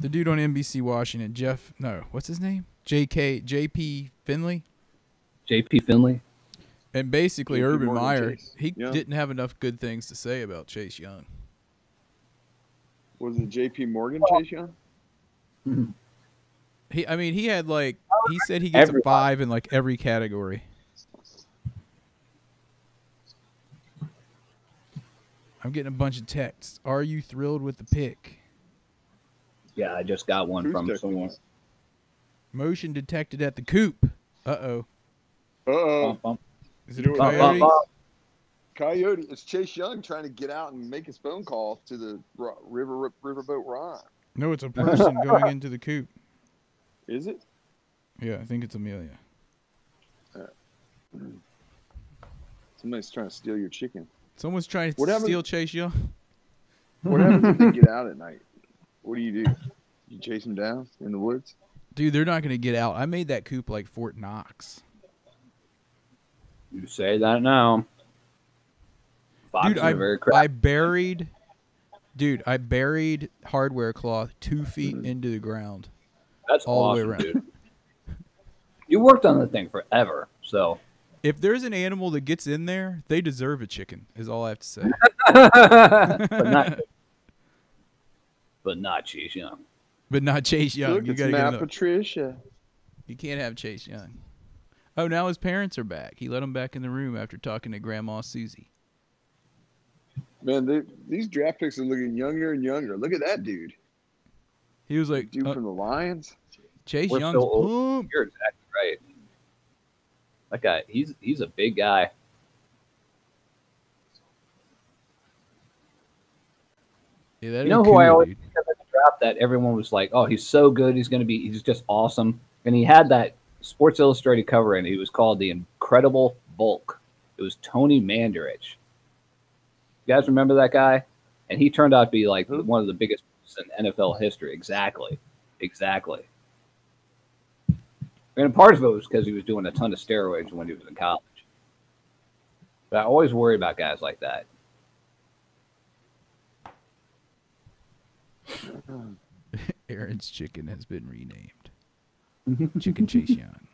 Speaker 3: the dude on NBC Washington, Jeff. No, what's his name? J.K. J.P. Finley.
Speaker 4: J.P. Finley,
Speaker 3: And basically,
Speaker 5: J.P.
Speaker 3: Urban
Speaker 5: Morgan
Speaker 3: Meyer,
Speaker 5: Chase.
Speaker 3: he
Speaker 5: Yeah.
Speaker 3: didn't have enough good things to say about Chase Young.
Speaker 5: Was it J.P. Morgan Chase Young?
Speaker 3: He, I mean, he had like he said he gets a
Speaker 4: Everybody.
Speaker 3: five in like every category. I'm getting a bunch of texts. Are you thrilled with the pick?
Speaker 4: yeah, I just got one
Speaker 5: Who's
Speaker 4: from
Speaker 5: texting
Speaker 4: someone.
Speaker 5: us?
Speaker 3: Motion detected at the coop. Uh oh.
Speaker 5: Uh-oh.
Speaker 4: Bump,
Speaker 3: Is it a
Speaker 5: Bum,
Speaker 4: bump,
Speaker 3: coyote?
Speaker 4: bump, bump.
Speaker 5: Coyote. It's Chase Young trying to get out and make his phone call to the Ro- River Riverboat Ron.
Speaker 3: No, it's a person going into the coop.
Speaker 5: Is it?
Speaker 3: Yeah, I think it's Amelia.
Speaker 5: Somebody's trying to steal
Speaker 3: (laughs)
Speaker 5: your chicken.
Speaker 3: Someone's trying to
Speaker 5: What happened-
Speaker 3: steal Chase Young.
Speaker 5: What happens if they get out at night? What do you do? You chase them down in the woods?
Speaker 3: Dude, they're not gonna get out. I made that coop like Fort Knox.
Speaker 4: You say that now. Foxes
Speaker 3: Dude, I,
Speaker 4: are very
Speaker 3: I
Speaker 4: crap.
Speaker 3: buried dude, I buried
Speaker 4: Mm-hmm.
Speaker 3: hardware cloth two feet into the ground.
Speaker 4: That's
Speaker 3: all the way
Speaker 4: awesome,
Speaker 3: around.
Speaker 4: dude. You worked on the thing forever, so
Speaker 3: If there's an animal that gets in there, they deserve a chicken. Is all I have to say.
Speaker 4: (laughs) but not, but not Chase Young.
Speaker 3: (laughs) But not Chase Young.
Speaker 5: Look,
Speaker 3: you
Speaker 5: it's
Speaker 3: gotta
Speaker 5: Matt
Speaker 3: get him.
Speaker 5: Patricia.
Speaker 3: You can't have Chase Young. Oh, now his parents are back. He let them back in the room after talking to Grandma Susie.
Speaker 5: Man, they, these draft picks are looking younger and younger. Look at that dude.
Speaker 3: He was like,
Speaker 5: Dude
Speaker 3: uh,
Speaker 5: from the Lions.
Speaker 3: Chase
Speaker 4: We're
Speaker 3: Young's
Speaker 4: so old.
Speaker 3: pumped.
Speaker 4: You're exactly right. That guy, he's he's a big guy.
Speaker 3: Yeah, that
Speaker 4: You know
Speaker 3: ain't
Speaker 4: who I
Speaker 3: cool,
Speaker 4: always
Speaker 3: dude.
Speaker 4: think of at the draft that everyone was like, "Oh, he's so good. He's going to be. He's just awesome." And he had that Sports Illustrated cover, and he was called the Incredible Bulk. It was Tony Mandarich. You guys remember that guy? And he turned out to be like
Speaker 5: Who?
Speaker 4: one of the biggest in NFL history. Exactly, exactly. And part of it was because he was doing a ton of steroids when he was in college. But I always worry about guys like that. (laughs)
Speaker 3: Aaron's chicken has been
Speaker 4: (laughs)
Speaker 3: renamed. Chicken Chase Young.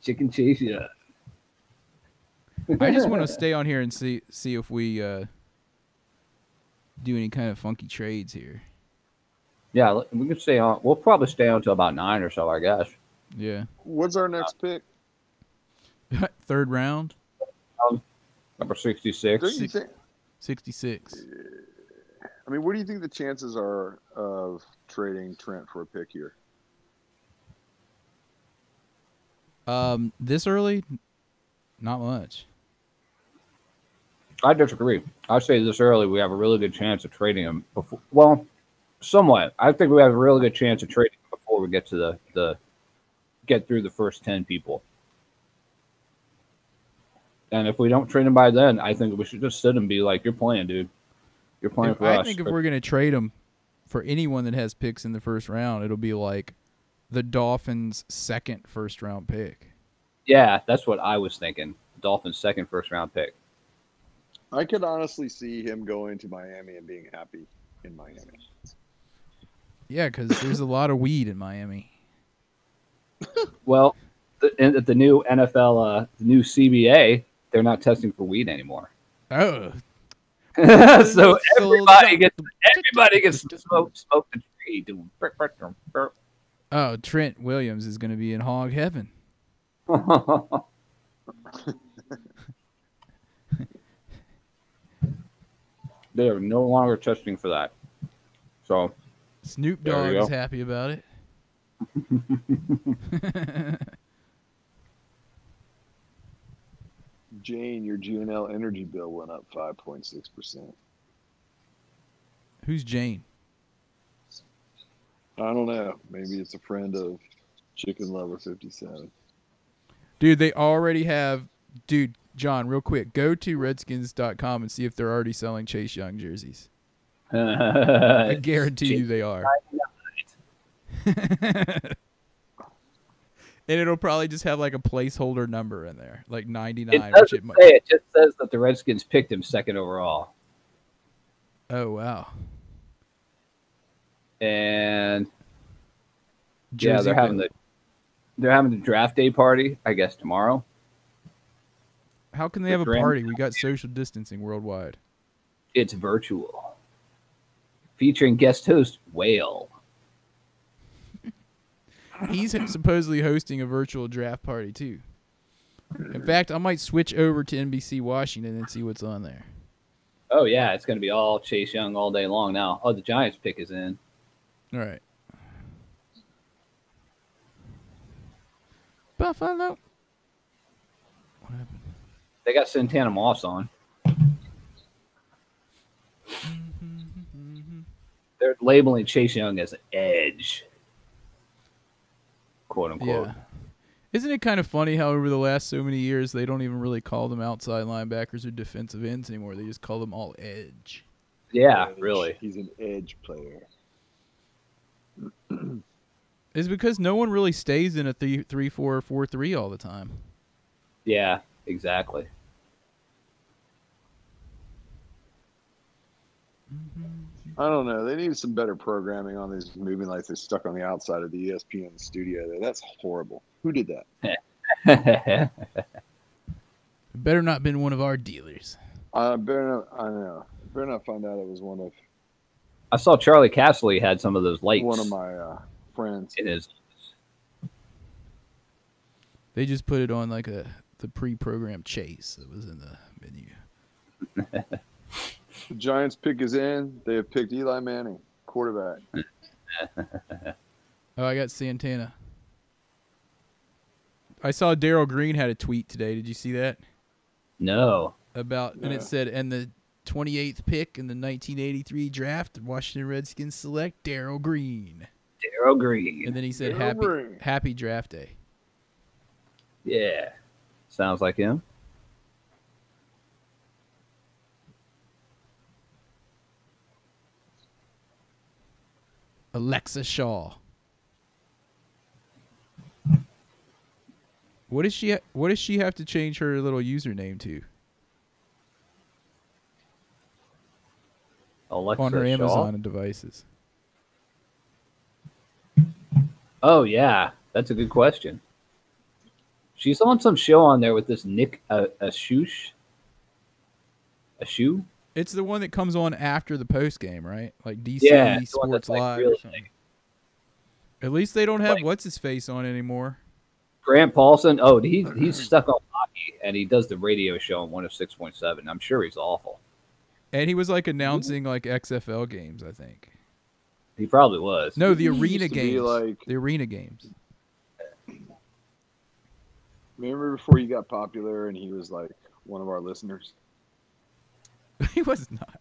Speaker 4: Chicken cheese, yeah.
Speaker 3: I just want to stay on here and see see if we uh, do any kind of funky trades here.
Speaker 4: Yeah, l- we can stay on. We'll probably stay on till about nine or so, I guess.
Speaker 3: Yeah.
Speaker 5: What's our next pick?
Speaker 3: (laughs) Third round,
Speaker 4: Number
Speaker 5: Don't
Speaker 4: 66.
Speaker 5: you think,
Speaker 3: sixty six.
Speaker 5: I mean, what do you think the chances are of trading Trent for a pick here?
Speaker 3: Um, this early, not much.
Speaker 4: I disagree. I say this early, we have a really good chance of trading him before. Well, somewhat. I think we have a really good chance of trading him before we get to the, the get through the first 10 people. And if we don't trade him by then, I think we should just sit and be like, you're playing, dude. You're playing
Speaker 3: If-
Speaker 4: for
Speaker 3: I
Speaker 4: us.
Speaker 3: think if we're gonna trade him for anyone that has picks in the first round, it'll be like the Dolphins' second first round pick.
Speaker 4: yeah, that's what I was thinking. Dolphins' second first round pick.
Speaker 5: I could honestly see him going to Miami and being happy in Miami.
Speaker 3: Yeah, because there's a lot of weed in Miami.
Speaker 4: Well, the, and at the new NFL, uh, the new CBA, they're not testing for weed anymore. (laughs)
Speaker 3: Oh,
Speaker 4: so
Speaker 3: So-
Speaker 4: everybody gets everybody gets to smoke smoke the tree. doing burp, burp, burp, burp.
Speaker 3: oh, Trent Williams is gonna be in hog heaven.
Speaker 4: they are no longer testing for that. So (laughs)
Speaker 3: Snoop
Speaker 4: There
Speaker 3: Dogg
Speaker 4: we
Speaker 3: is
Speaker 4: go.
Speaker 3: happy about it.
Speaker 4: (laughs)
Speaker 5: Jane, your GNL energy bill went up 5.6%.
Speaker 3: (laughs) Who's Jane?
Speaker 5: I don't know. Maybe it's a friend of Chicken Lover 57.
Speaker 3: Dude, they already have. Dude, John, real quick, go to redskins.com and see if they're already selling Chase Young jerseys. I
Speaker 4: Uh,
Speaker 3: guarantee you they are. (laughs) and it'll probably just have like a placeholder number in there, like 99.
Speaker 4: it
Speaker 3: Which it
Speaker 4: doesn't
Speaker 3: might,
Speaker 4: say it just says that the Redskins picked him second overall.
Speaker 3: oh, wow.
Speaker 4: And yeah,
Speaker 3: Jersey
Speaker 4: they're having
Speaker 3: bill.
Speaker 4: the they're having the draft day party, I guess tomorrow.
Speaker 3: How can they
Speaker 4: the
Speaker 3: have a
Speaker 4: grand-
Speaker 3: party? We got social distancing worldwide.
Speaker 4: It's virtual. Featuring guest host Whale.
Speaker 3: He's supposedly hosting a virtual draft party, too. In fact, I might switch over to NBC Washington and see what's on there.
Speaker 4: Oh yeah, it's gonna be all Chase Young all day long now. Oh, the Giants pick is in.
Speaker 3: All right. Buffalo.
Speaker 4: They got Santana Moss on. They're labeling Chase Young as edge, quote unquote.
Speaker 3: Yeah. Isn't it kind of funny how over the last so many years they don't even really call them outside linebackers or defensive ends anymore? They just call them all edge.
Speaker 4: Yeah, really.
Speaker 5: He's an edge player.
Speaker 3: It's because no one really stays in a three, three, four, or four, three all the time.
Speaker 4: Yeah, exactly. (laughs)
Speaker 5: I don't know. They need some better programming on these moving lights. They're stuck on the outside of the E ESPN studio. There, that's horrible. Who did that?
Speaker 3: Better not been one of our dealers.
Speaker 5: I better not. I know. Better not find out it was one of
Speaker 4: I saw Charlie Castley had some of those lights
Speaker 5: one of my uh, friends.
Speaker 4: in his
Speaker 3: They just put it on like a the pre-programmed chase that was in the menu.
Speaker 5: The Giants pick is in. They have picked Eli Manning, quarterback.
Speaker 3: Oh, I got Santana. I saw Daryl Green had a tweet today. Did you see that?
Speaker 4: No.
Speaker 3: About and
Speaker 5: Yeah.
Speaker 3: it said and the 28th pick in the 1983 draft, the Washington Redskins select Daryl Green.
Speaker 4: Daryl Green.
Speaker 3: And then he said
Speaker 5: Daryl
Speaker 3: happy
Speaker 5: Green.
Speaker 3: happy draft day.
Speaker 4: Yeah. Sounds like him.
Speaker 3: Alexa Shaw. What does she what does she have to change her little username to
Speaker 4: Alexa
Speaker 3: on her
Speaker 4: Shaw.
Speaker 3: Amazon devices?
Speaker 4: Oh yeah, that's a good question. She's on some show on there with this Nick uh, Ashush. Ashu?
Speaker 3: It's the one that comes on after the post game, right? Like DC
Speaker 4: Yeah, it's the one
Speaker 3: Sports
Speaker 4: that's, like,
Speaker 3: Live.
Speaker 4: real
Speaker 3: or something. At least they don't have
Speaker 4: Like-
Speaker 3: what's his face on anymore.
Speaker 4: Grant Paulson. Oh, he's he's stuck on hockey and he does the radio show on 106.7. I'm sure he's awful.
Speaker 3: And he was like announcing like XFL games, I think.
Speaker 4: He probably was.
Speaker 3: No,
Speaker 5: He
Speaker 3: the
Speaker 5: used
Speaker 3: arena
Speaker 5: to be
Speaker 3: games.
Speaker 5: like-
Speaker 3: the arena games. (laughs)
Speaker 5: Remember before you got popular and he was like one of our listeners?
Speaker 3: he was not.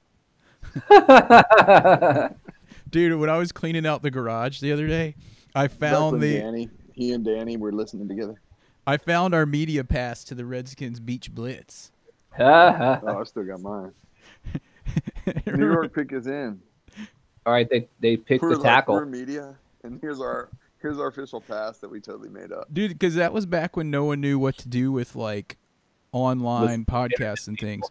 Speaker 3: Dude, when I was cleaning out the garage the other day, I
Speaker 5: Back
Speaker 3: found
Speaker 5: when
Speaker 3: the
Speaker 5: Danny. He and Danny were listening together.
Speaker 3: I found our media pass to the Redskins Beach Blitz.
Speaker 4: (laughs)
Speaker 3: (laughs)
Speaker 4: All
Speaker 5: Oh, I still got mine. New York pick is in.
Speaker 4: right, they they picked
Speaker 5: We're
Speaker 4: the
Speaker 5: like,
Speaker 4: tackle.
Speaker 5: we're media, and here's our here's our official pass that we totally made up.
Speaker 3: Dude, because that was back when no one knew what to do with like online podcasts and things.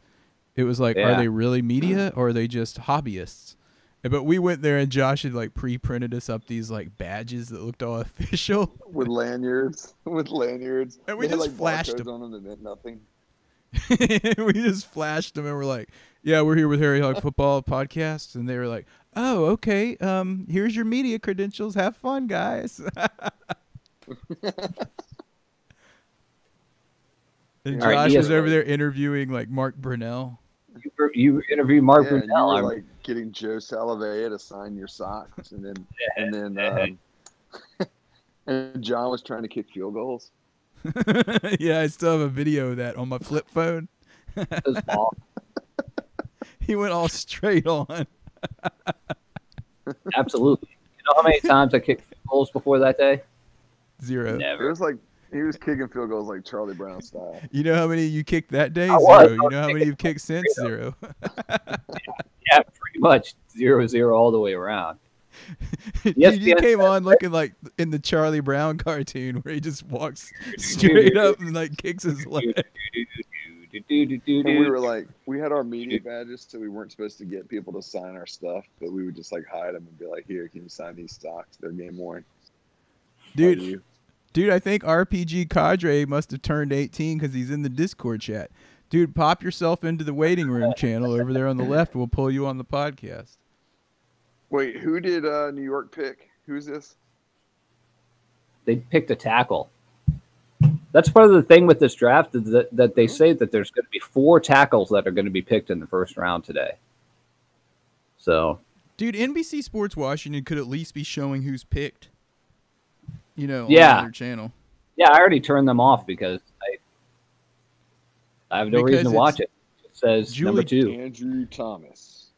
Speaker 3: It was like,
Speaker 4: Yeah.
Speaker 3: are they really media or are they just hobbyists? And- But we went there and Josh had like pre-printed us up these like badges that looked all (laughs) official.
Speaker 5: with lanyards, (laughs) with lanyards.
Speaker 3: And we
Speaker 5: They had,
Speaker 3: just flashed
Speaker 5: barcodes
Speaker 3: them.
Speaker 5: on them that meant nothing.
Speaker 3: (laughs) we just flashed them and we're like, "Yeah, we're here with Harry
Speaker 4: Oh.
Speaker 3: Hog Football Podcast," and they were like, "Oh, okay. Um, here's your media credentials. Have fun,
Speaker 4: (laughs)
Speaker 3: guys." and
Speaker 4: All right, E
Speaker 3: Josh was
Speaker 4: ESPN.
Speaker 3: over there interviewing like Mark Brunell. (laughs)
Speaker 4: You, you interviewed Mark
Speaker 5: yeah,
Speaker 4: Brunell.
Speaker 5: you were
Speaker 4: I-
Speaker 5: like getting Joe Salavea to sign your socks,
Speaker 4: (laughs)
Speaker 5: and then and then um, (laughs) and John was trying to kick field goals.
Speaker 3: yeah, I still have a video of that on my flip phone.
Speaker 4: it was awful.
Speaker 3: He went all straight on. (laughs)
Speaker 4: Absolutely. You know how many times I kicked goals before that day?
Speaker 3: Zero.
Speaker 5: It
Speaker 4: Never.
Speaker 5: was like he was kicking field goals like Charlie Brown style.
Speaker 3: You know how many you kicked that day?
Speaker 4: I
Speaker 3: Zero.
Speaker 4: was. I
Speaker 3: you
Speaker 4: was
Speaker 3: know how many
Speaker 4: thinking
Speaker 3: you've kicked since? Zero.
Speaker 4: Yeah, pretty much zero zero all the way around.
Speaker 3: You- you
Speaker 4: ESPN
Speaker 3: came on looking like in the Charlie Brown (laughs) cartoon where he just walks straight up and like kicks his leg.
Speaker 5: And we were like, we had our media badges, so we weren't supposed to get people to sign our stuff, but we would just like hide them and be like, "Here, can you sign these stocks? They're game worn." by
Speaker 3: Dude,
Speaker 5: you."
Speaker 3: dude, I think RPG Cadre must have turned 18 because he's in the Discord chat. Dude, pop yourself into the waiting room channel over there on the left. We'll pull you on the podcast.
Speaker 5: Wait, who did uh, New York pick? Who's this?
Speaker 4: they picked a tackle. That's part of the thing with this draft is that, that they
Speaker 5: Mhm.
Speaker 4: say that there's going to be four tackles that are going to be picked in the first round today. So
Speaker 3: Dude, NBC Sports Washington could at least be showing who's picked. You know,
Speaker 4: Yeah.
Speaker 3: on their channel.
Speaker 4: yeah, I already turned them off because I I have no
Speaker 3: Because
Speaker 4: reason
Speaker 3: it's
Speaker 4: to watch it. It says
Speaker 3: Julie
Speaker 4: number two.
Speaker 5: Andrew Thomas.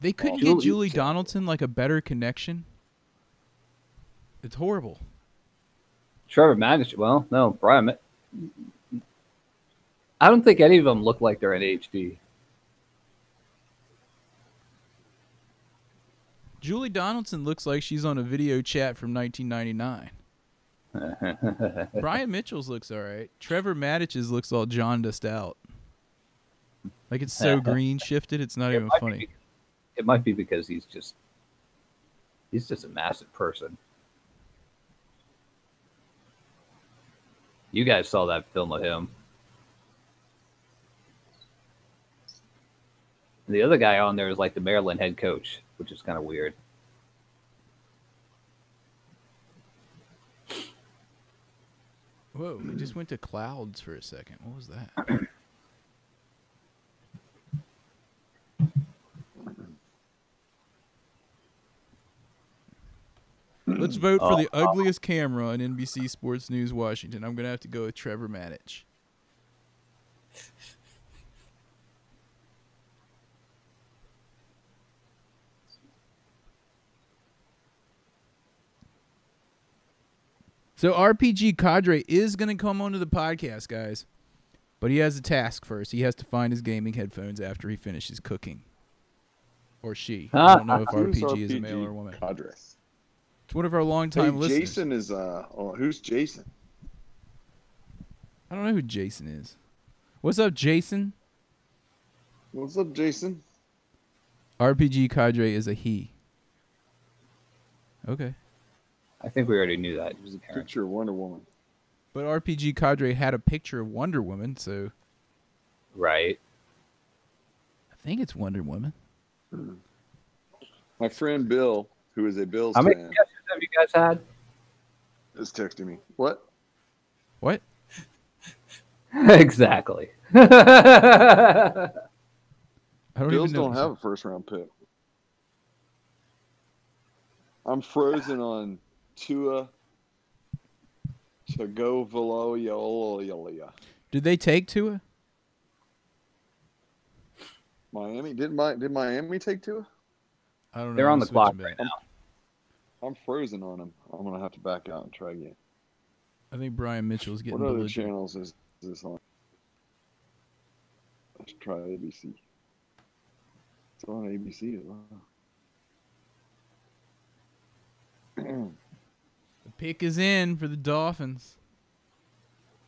Speaker 3: They couldn't
Speaker 4: Julie-
Speaker 3: get Julie Donaldson like a better connection. It's horrible.
Speaker 4: Trevor Magnus. Well, no, Brian. Ma- I don't think any of them look like they're in (laughs) HD.
Speaker 3: Julie Donaldson looks like she's on a video chat from 1999. Brian Mitchell's looks all right. Trevor Madich's looks all jaundiced out. Like it's so green shifted, it's not even funny.
Speaker 4: it might be because he's just he's just a massive person. You guys saw that film of him. The other guy on there is like the Maryland head coach, which is kind of weird.
Speaker 3: Whoa, it just went to clouds for a second. What was that? Let's vote for the ugliest camera on NBC Sports News Washington. I'm going to have to go with Trevor Maddich. So RPG Cadre is going to come onto the podcast, guys. But he has a task first. He has to find his gaming headphones after he finishes cooking. Or she. I don't know if
Speaker 5: (laughs) Who's
Speaker 3: RPG is a male or a woman.
Speaker 5: Cadre.
Speaker 3: It's one of our
Speaker 5: Hey,
Speaker 3: longtime listeners.
Speaker 5: Jason is uh. Oh, who's Jason?
Speaker 3: I don't know who Jason is. What's up, Jason?
Speaker 5: What's up, Jason?
Speaker 3: RPG Cadre is a he. Okay.
Speaker 4: I think we already knew that.
Speaker 5: There's a picture of Wonder Woman.
Speaker 3: But RPG Cadre had a picture of Wonder Woman, so
Speaker 4: Right.
Speaker 3: I think it's Wonder Woman.
Speaker 5: My friend Bill, who is a Bills
Speaker 4: How many
Speaker 5: fan,
Speaker 4: guesses have you guys had?
Speaker 5: is texting me. What?
Speaker 3: What?
Speaker 4: (laughs) exactly. That's
Speaker 3: I don't
Speaker 5: Bills
Speaker 3: even know.
Speaker 5: don't have a first round pick. I'm frozen on Tua Tagovailoa.
Speaker 3: Did they take Tua?
Speaker 5: Miami did my did Miami take Tua?
Speaker 3: I don't know.
Speaker 4: They're on
Speaker 3: I'm
Speaker 4: the clock
Speaker 3: switching
Speaker 4: right
Speaker 3: back.
Speaker 4: now.
Speaker 5: I'm frozen on him. I'm gonna have to back out and try again.
Speaker 3: I think Brian Mitchell's getting
Speaker 5: What other
Speaker 3: belligerent.
Speaker 5: channels is this on? Let's try ABC. It's on ABC as well.
Speaker 3: The pick is in for the Dolphins.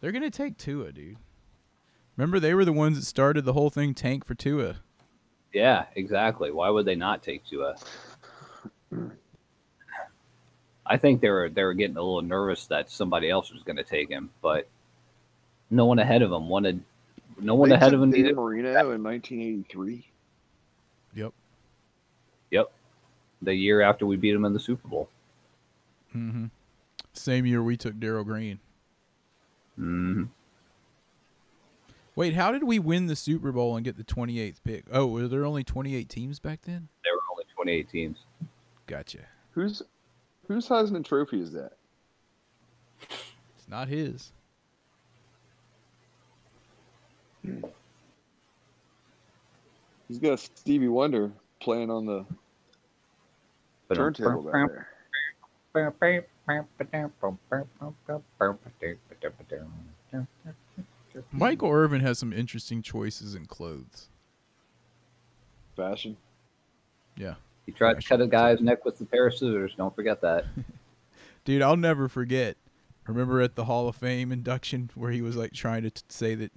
Speaker 3: They're gonna take Tua, dude. Remember, they were the ones that started the whole thing. Tank for Tua.
Speaker 4: Yeah, exactly. Why would they not take Tua? I think they were they were getting a little nervous that somebody else was going to take him, but no one ahead of him wanted. No one
Speaker 5: They
Speaker 4: ahead of
Speaker 5: took
Speaker 4: him
Speaker 5: Dan
Speaker 4: needed.
Speaker 5: Marino in 1983.
Speaker 3: Yep.
Speaker 4: Yep, the year after we beat him in the Super Bowl.
Speaker 3: Mm-hmm. Same year we took Daryl Green.
Speaker 4: hmm
Speaker 3: Wait, how did we win the Super Bowl and get the 28th pick? Oh, were there only 28 teams back then?
Speaker 4: There were only 28 teams.
Speaker 3: Gotcha.
Speaker 5: Who's whose Heisman Trophy is that?
Speaker 3: It's not his.
Speaker 5: He's got Stevie Wonder playing on the
Speaker 4: But
Speaker 5: turntable back there.
Speaker 4: Hmm.
Speaker 3: Michael Irvin has some interesting choices in clothes.
Speaker 5: Fashion.
Speaker 3: Yeah.
Speaker 4: he tried to cut a guy's neck with a pair of scissors. Don't forget that.
Speaker 3: Dude, I'll never forget. Remember at the Hall of Fame induction where he was like trying to t- say that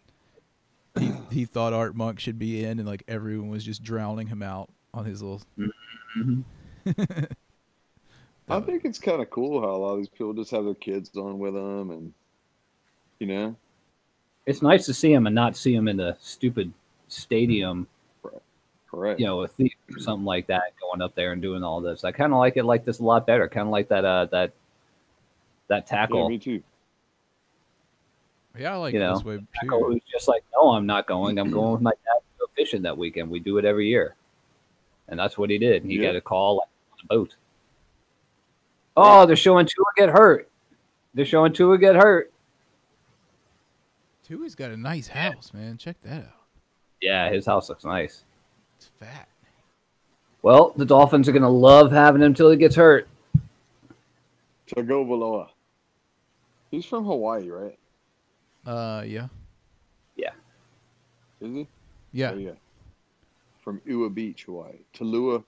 Speaker 3: he, he thought Art Monk should be in and like everyone was just drowning him out on his little.
Speaker 5: I think it's kind of cool how a lot of these people just have their kids on with them, and you know,
Speaker 4: It's nice to see him and not see him in the stupid stadium
Speaker 5: correct.
Speaker 4: you know, a theater or something like that, going up there and doing all this. I kind of like it like this a lot better. Kind of like that uh that that
Speaker 5: yeah,
Speaker 4: tackle.
Speaker 5: me too.
Speaker 3: Yeah, I like
Speaker 4: You
Speaker 3: it
Speaker 4: know,
Speaker 3: this way
Speaker 4: tackle
Speaker 3: too.
Speaker 4: was just like, no, I'm not going. I'm going with my dad to go fishing that weekend. We do it every year, and that's what he did. He
Speaker 5: Yeah.
Speaker 4: got a call like, on the boat. Oh, they're showing Tua get hurt. They're showing Tua get hurt.
Speaker 3: Tua's got a nice house, man. Check that out.
Speaker 4: Yeah, his house looks nice.
Speaker 3: It's fat.
Speaker 4: Well, the Dolphins are gonna love having him till he gets hurt.
Speaker 5: Tagovailoa. He's from Hawaii, right?
Speaker 3: Uh, yeah.
Speaker 5: Is he?
Speaker 3: Yeah.
Speaker 5: Oh, yeah. From Ua Beach, Hawaii. Talua.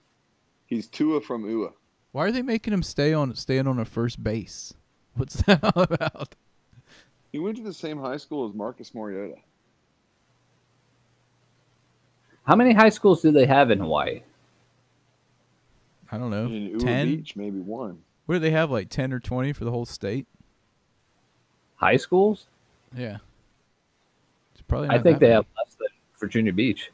Speaker 5: He's Tua from Ua.
Speaker 3: Why are they making him stay on staying on a first base? (laughs) What's that all about?
Speaker 5: He went to the same high school as Marcus Mariota.
Speaker 4: How many high schools do they have in Hawaii?
Speaker 3: I don't know.
Speaker 5: In Uber
Speaker 3: 10?
Speaker 5: Beach, maybe one.
Speaker 3: What do they have like 10 or 20 for the whole state?
Speaker 4: High schools?
Speaker 3: Yeah. It's probably
Speaker 4: I
Speaker 3: not that
Speaker 4: think they
Speaker 3: many.
Speaker 4: have less than Virginia Beach.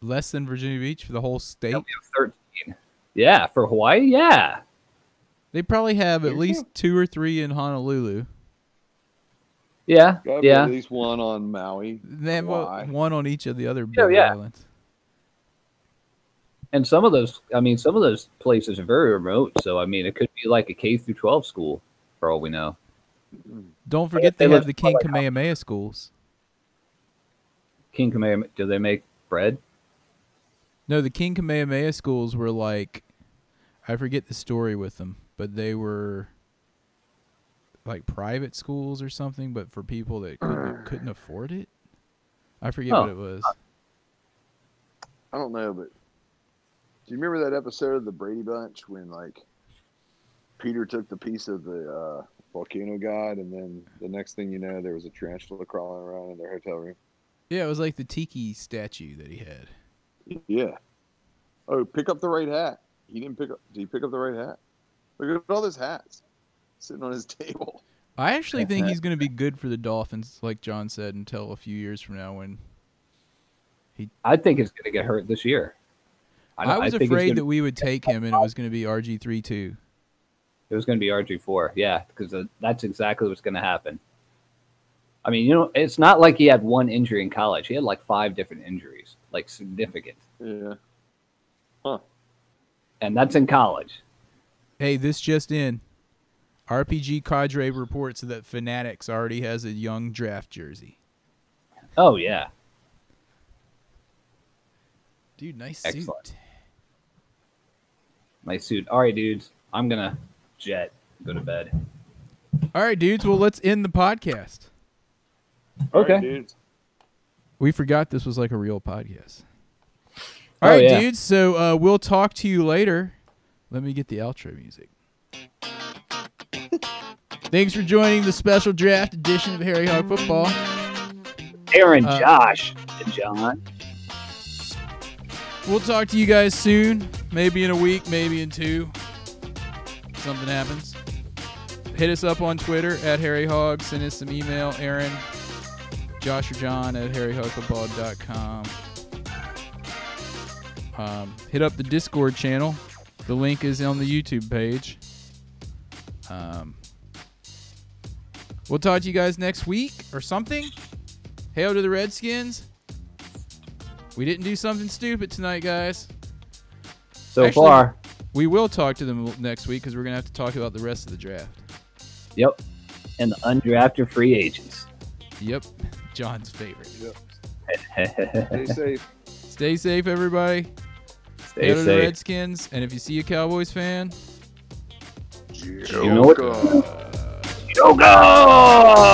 Speaker 3: less than Virginia Beach for the whole state.
Speaker 4: They only have thirteen. Yeah, for Hawaii, yeah.
Speaker 3: They probably have at
Speaker 5: Yeah.
Speaker 3: least two or three in Honolulu.
Speaker 4: Yeah.
Speaker 5: Gotta be
Speaker 4: yeah.
Speaker 5: At least one on Maui.
Speaker 3: They have
Speaker 5: Why?
Speaker 3: one on each of the other big
Speaker 4: yeah.
Speaker 3: islands.
Speaker 4: And some of those I mean, some of those places are very remote, so I mean it could be like a K through twelve school for all we know.
Speaker 3: Don't forget
Speaker 4: they
Speaker 3: they have
Speaker 4: look
Speaker 3: the King
Speaker 4: like-
Speaker 3: Kamehameha schools.
Speaker 4: King Kamehameha do they make bread?
Speaker 3: No, the King Kamehameha schools were like, I forget the story with them, but they were like private schools or something, but for people that couldn't, couldn't afford it. I forget what
Speaker 4: Oh.
Speaker 3: it was.
Speaker 5: I don't know, but do you remember that episode of the Brady Bunch when like Peter took the piece of the uh, volcano god, and then the next thing you know, there was a tarantula crawling around in their hotel room.
Speaker 3: Yeah, it was like the tiki statue that he had.
Speaker 5: Yeah. Oh, pick up the right hat. He didn't pick up. Did he pick up the right hat? Look at all those hats sitting on his (laughs) table.
Speaker 3: I actually think he's going to be good for the Dolphins, like John said, until a few years from now when
Speaker 4: I think it's gonna get hurt this year.
Speaker 3: I, was
Speaker 4: think it's
Speaker 3: afraid
Speaker 4: gonna-
Speaker 3: that we would take him and it was going to be RG3 2.
Speaker 4: It was going to be RG4. Yeah, because that's exactly what's going to happen. I mean, you know, it's not like he had one injury in college. He had like five different injuries, like significant.
Speaker 5: Yeah.
Speaker 4: And that's in college.
Speaker 3: Hey, this just in. RPG Cadre reports that Fanatics already has a young draft jersey.
Speaker 4: Oh, yeah.
Speaker 3: Dude, nice
Speaker 4: Excellent.
Speaker 3: suit.
Speaker 4: Nice suit. All right, dudes. I'm going to jet, go to bed.
Speaker 3: All right, dudes. Well, let's end the podcast.
Speaker 5: All right,
Speaker 4: Okay.
Speaker 5: dudes.
Speaker 3: We forgot this was like a real podcast. All
Speaker 4: Oh,
Speaker 3: right,
Speaker 4: yeah.
Speaker 3: dudes. So uh, we'll talk to you later. Let me get the outro music. Thanks for joining the special draft edition of Harry Hog Football.
Speaker 4: Aaron,
Speaker 3: Uh,
Speaker 4: Josh, and John.
Speaker 3: We'll talk to you guys soon. Maybe in a week, maybe in two. Something happens. Hit us up on Twitter at Harry Hog. Send us some email, Aaron, Josh or John at harryhogfootball.com. Um, hit up the Discord channel. The link is on the YouTube page. Um, we'll talk to you guys next week or something. Hail to the Redskins. We didn't do something stupid tonight, guys.
Speaker 4: So
Speaker 3: actually-
Speaker 4: far.
Speaker 3: We will talk to them next week because we're gonna have to talk about the rest of the draft.
Speaker 4: Yep. And the undrafted free (laughs) agents.
Speaker 3: Yep, John's favorite.
Speaker 5: Yep. Stay safe.
Speaker 3: Stay safe, everybody.
Speaker 4: Stay
Speaker 3: Go to the
Speaker 4: safe.
Speaker 3: Redskins, and if you see a Cowboys fan,
Speaker 4: You know what?
Speaker 5: God.
Speaker 4: Go, go!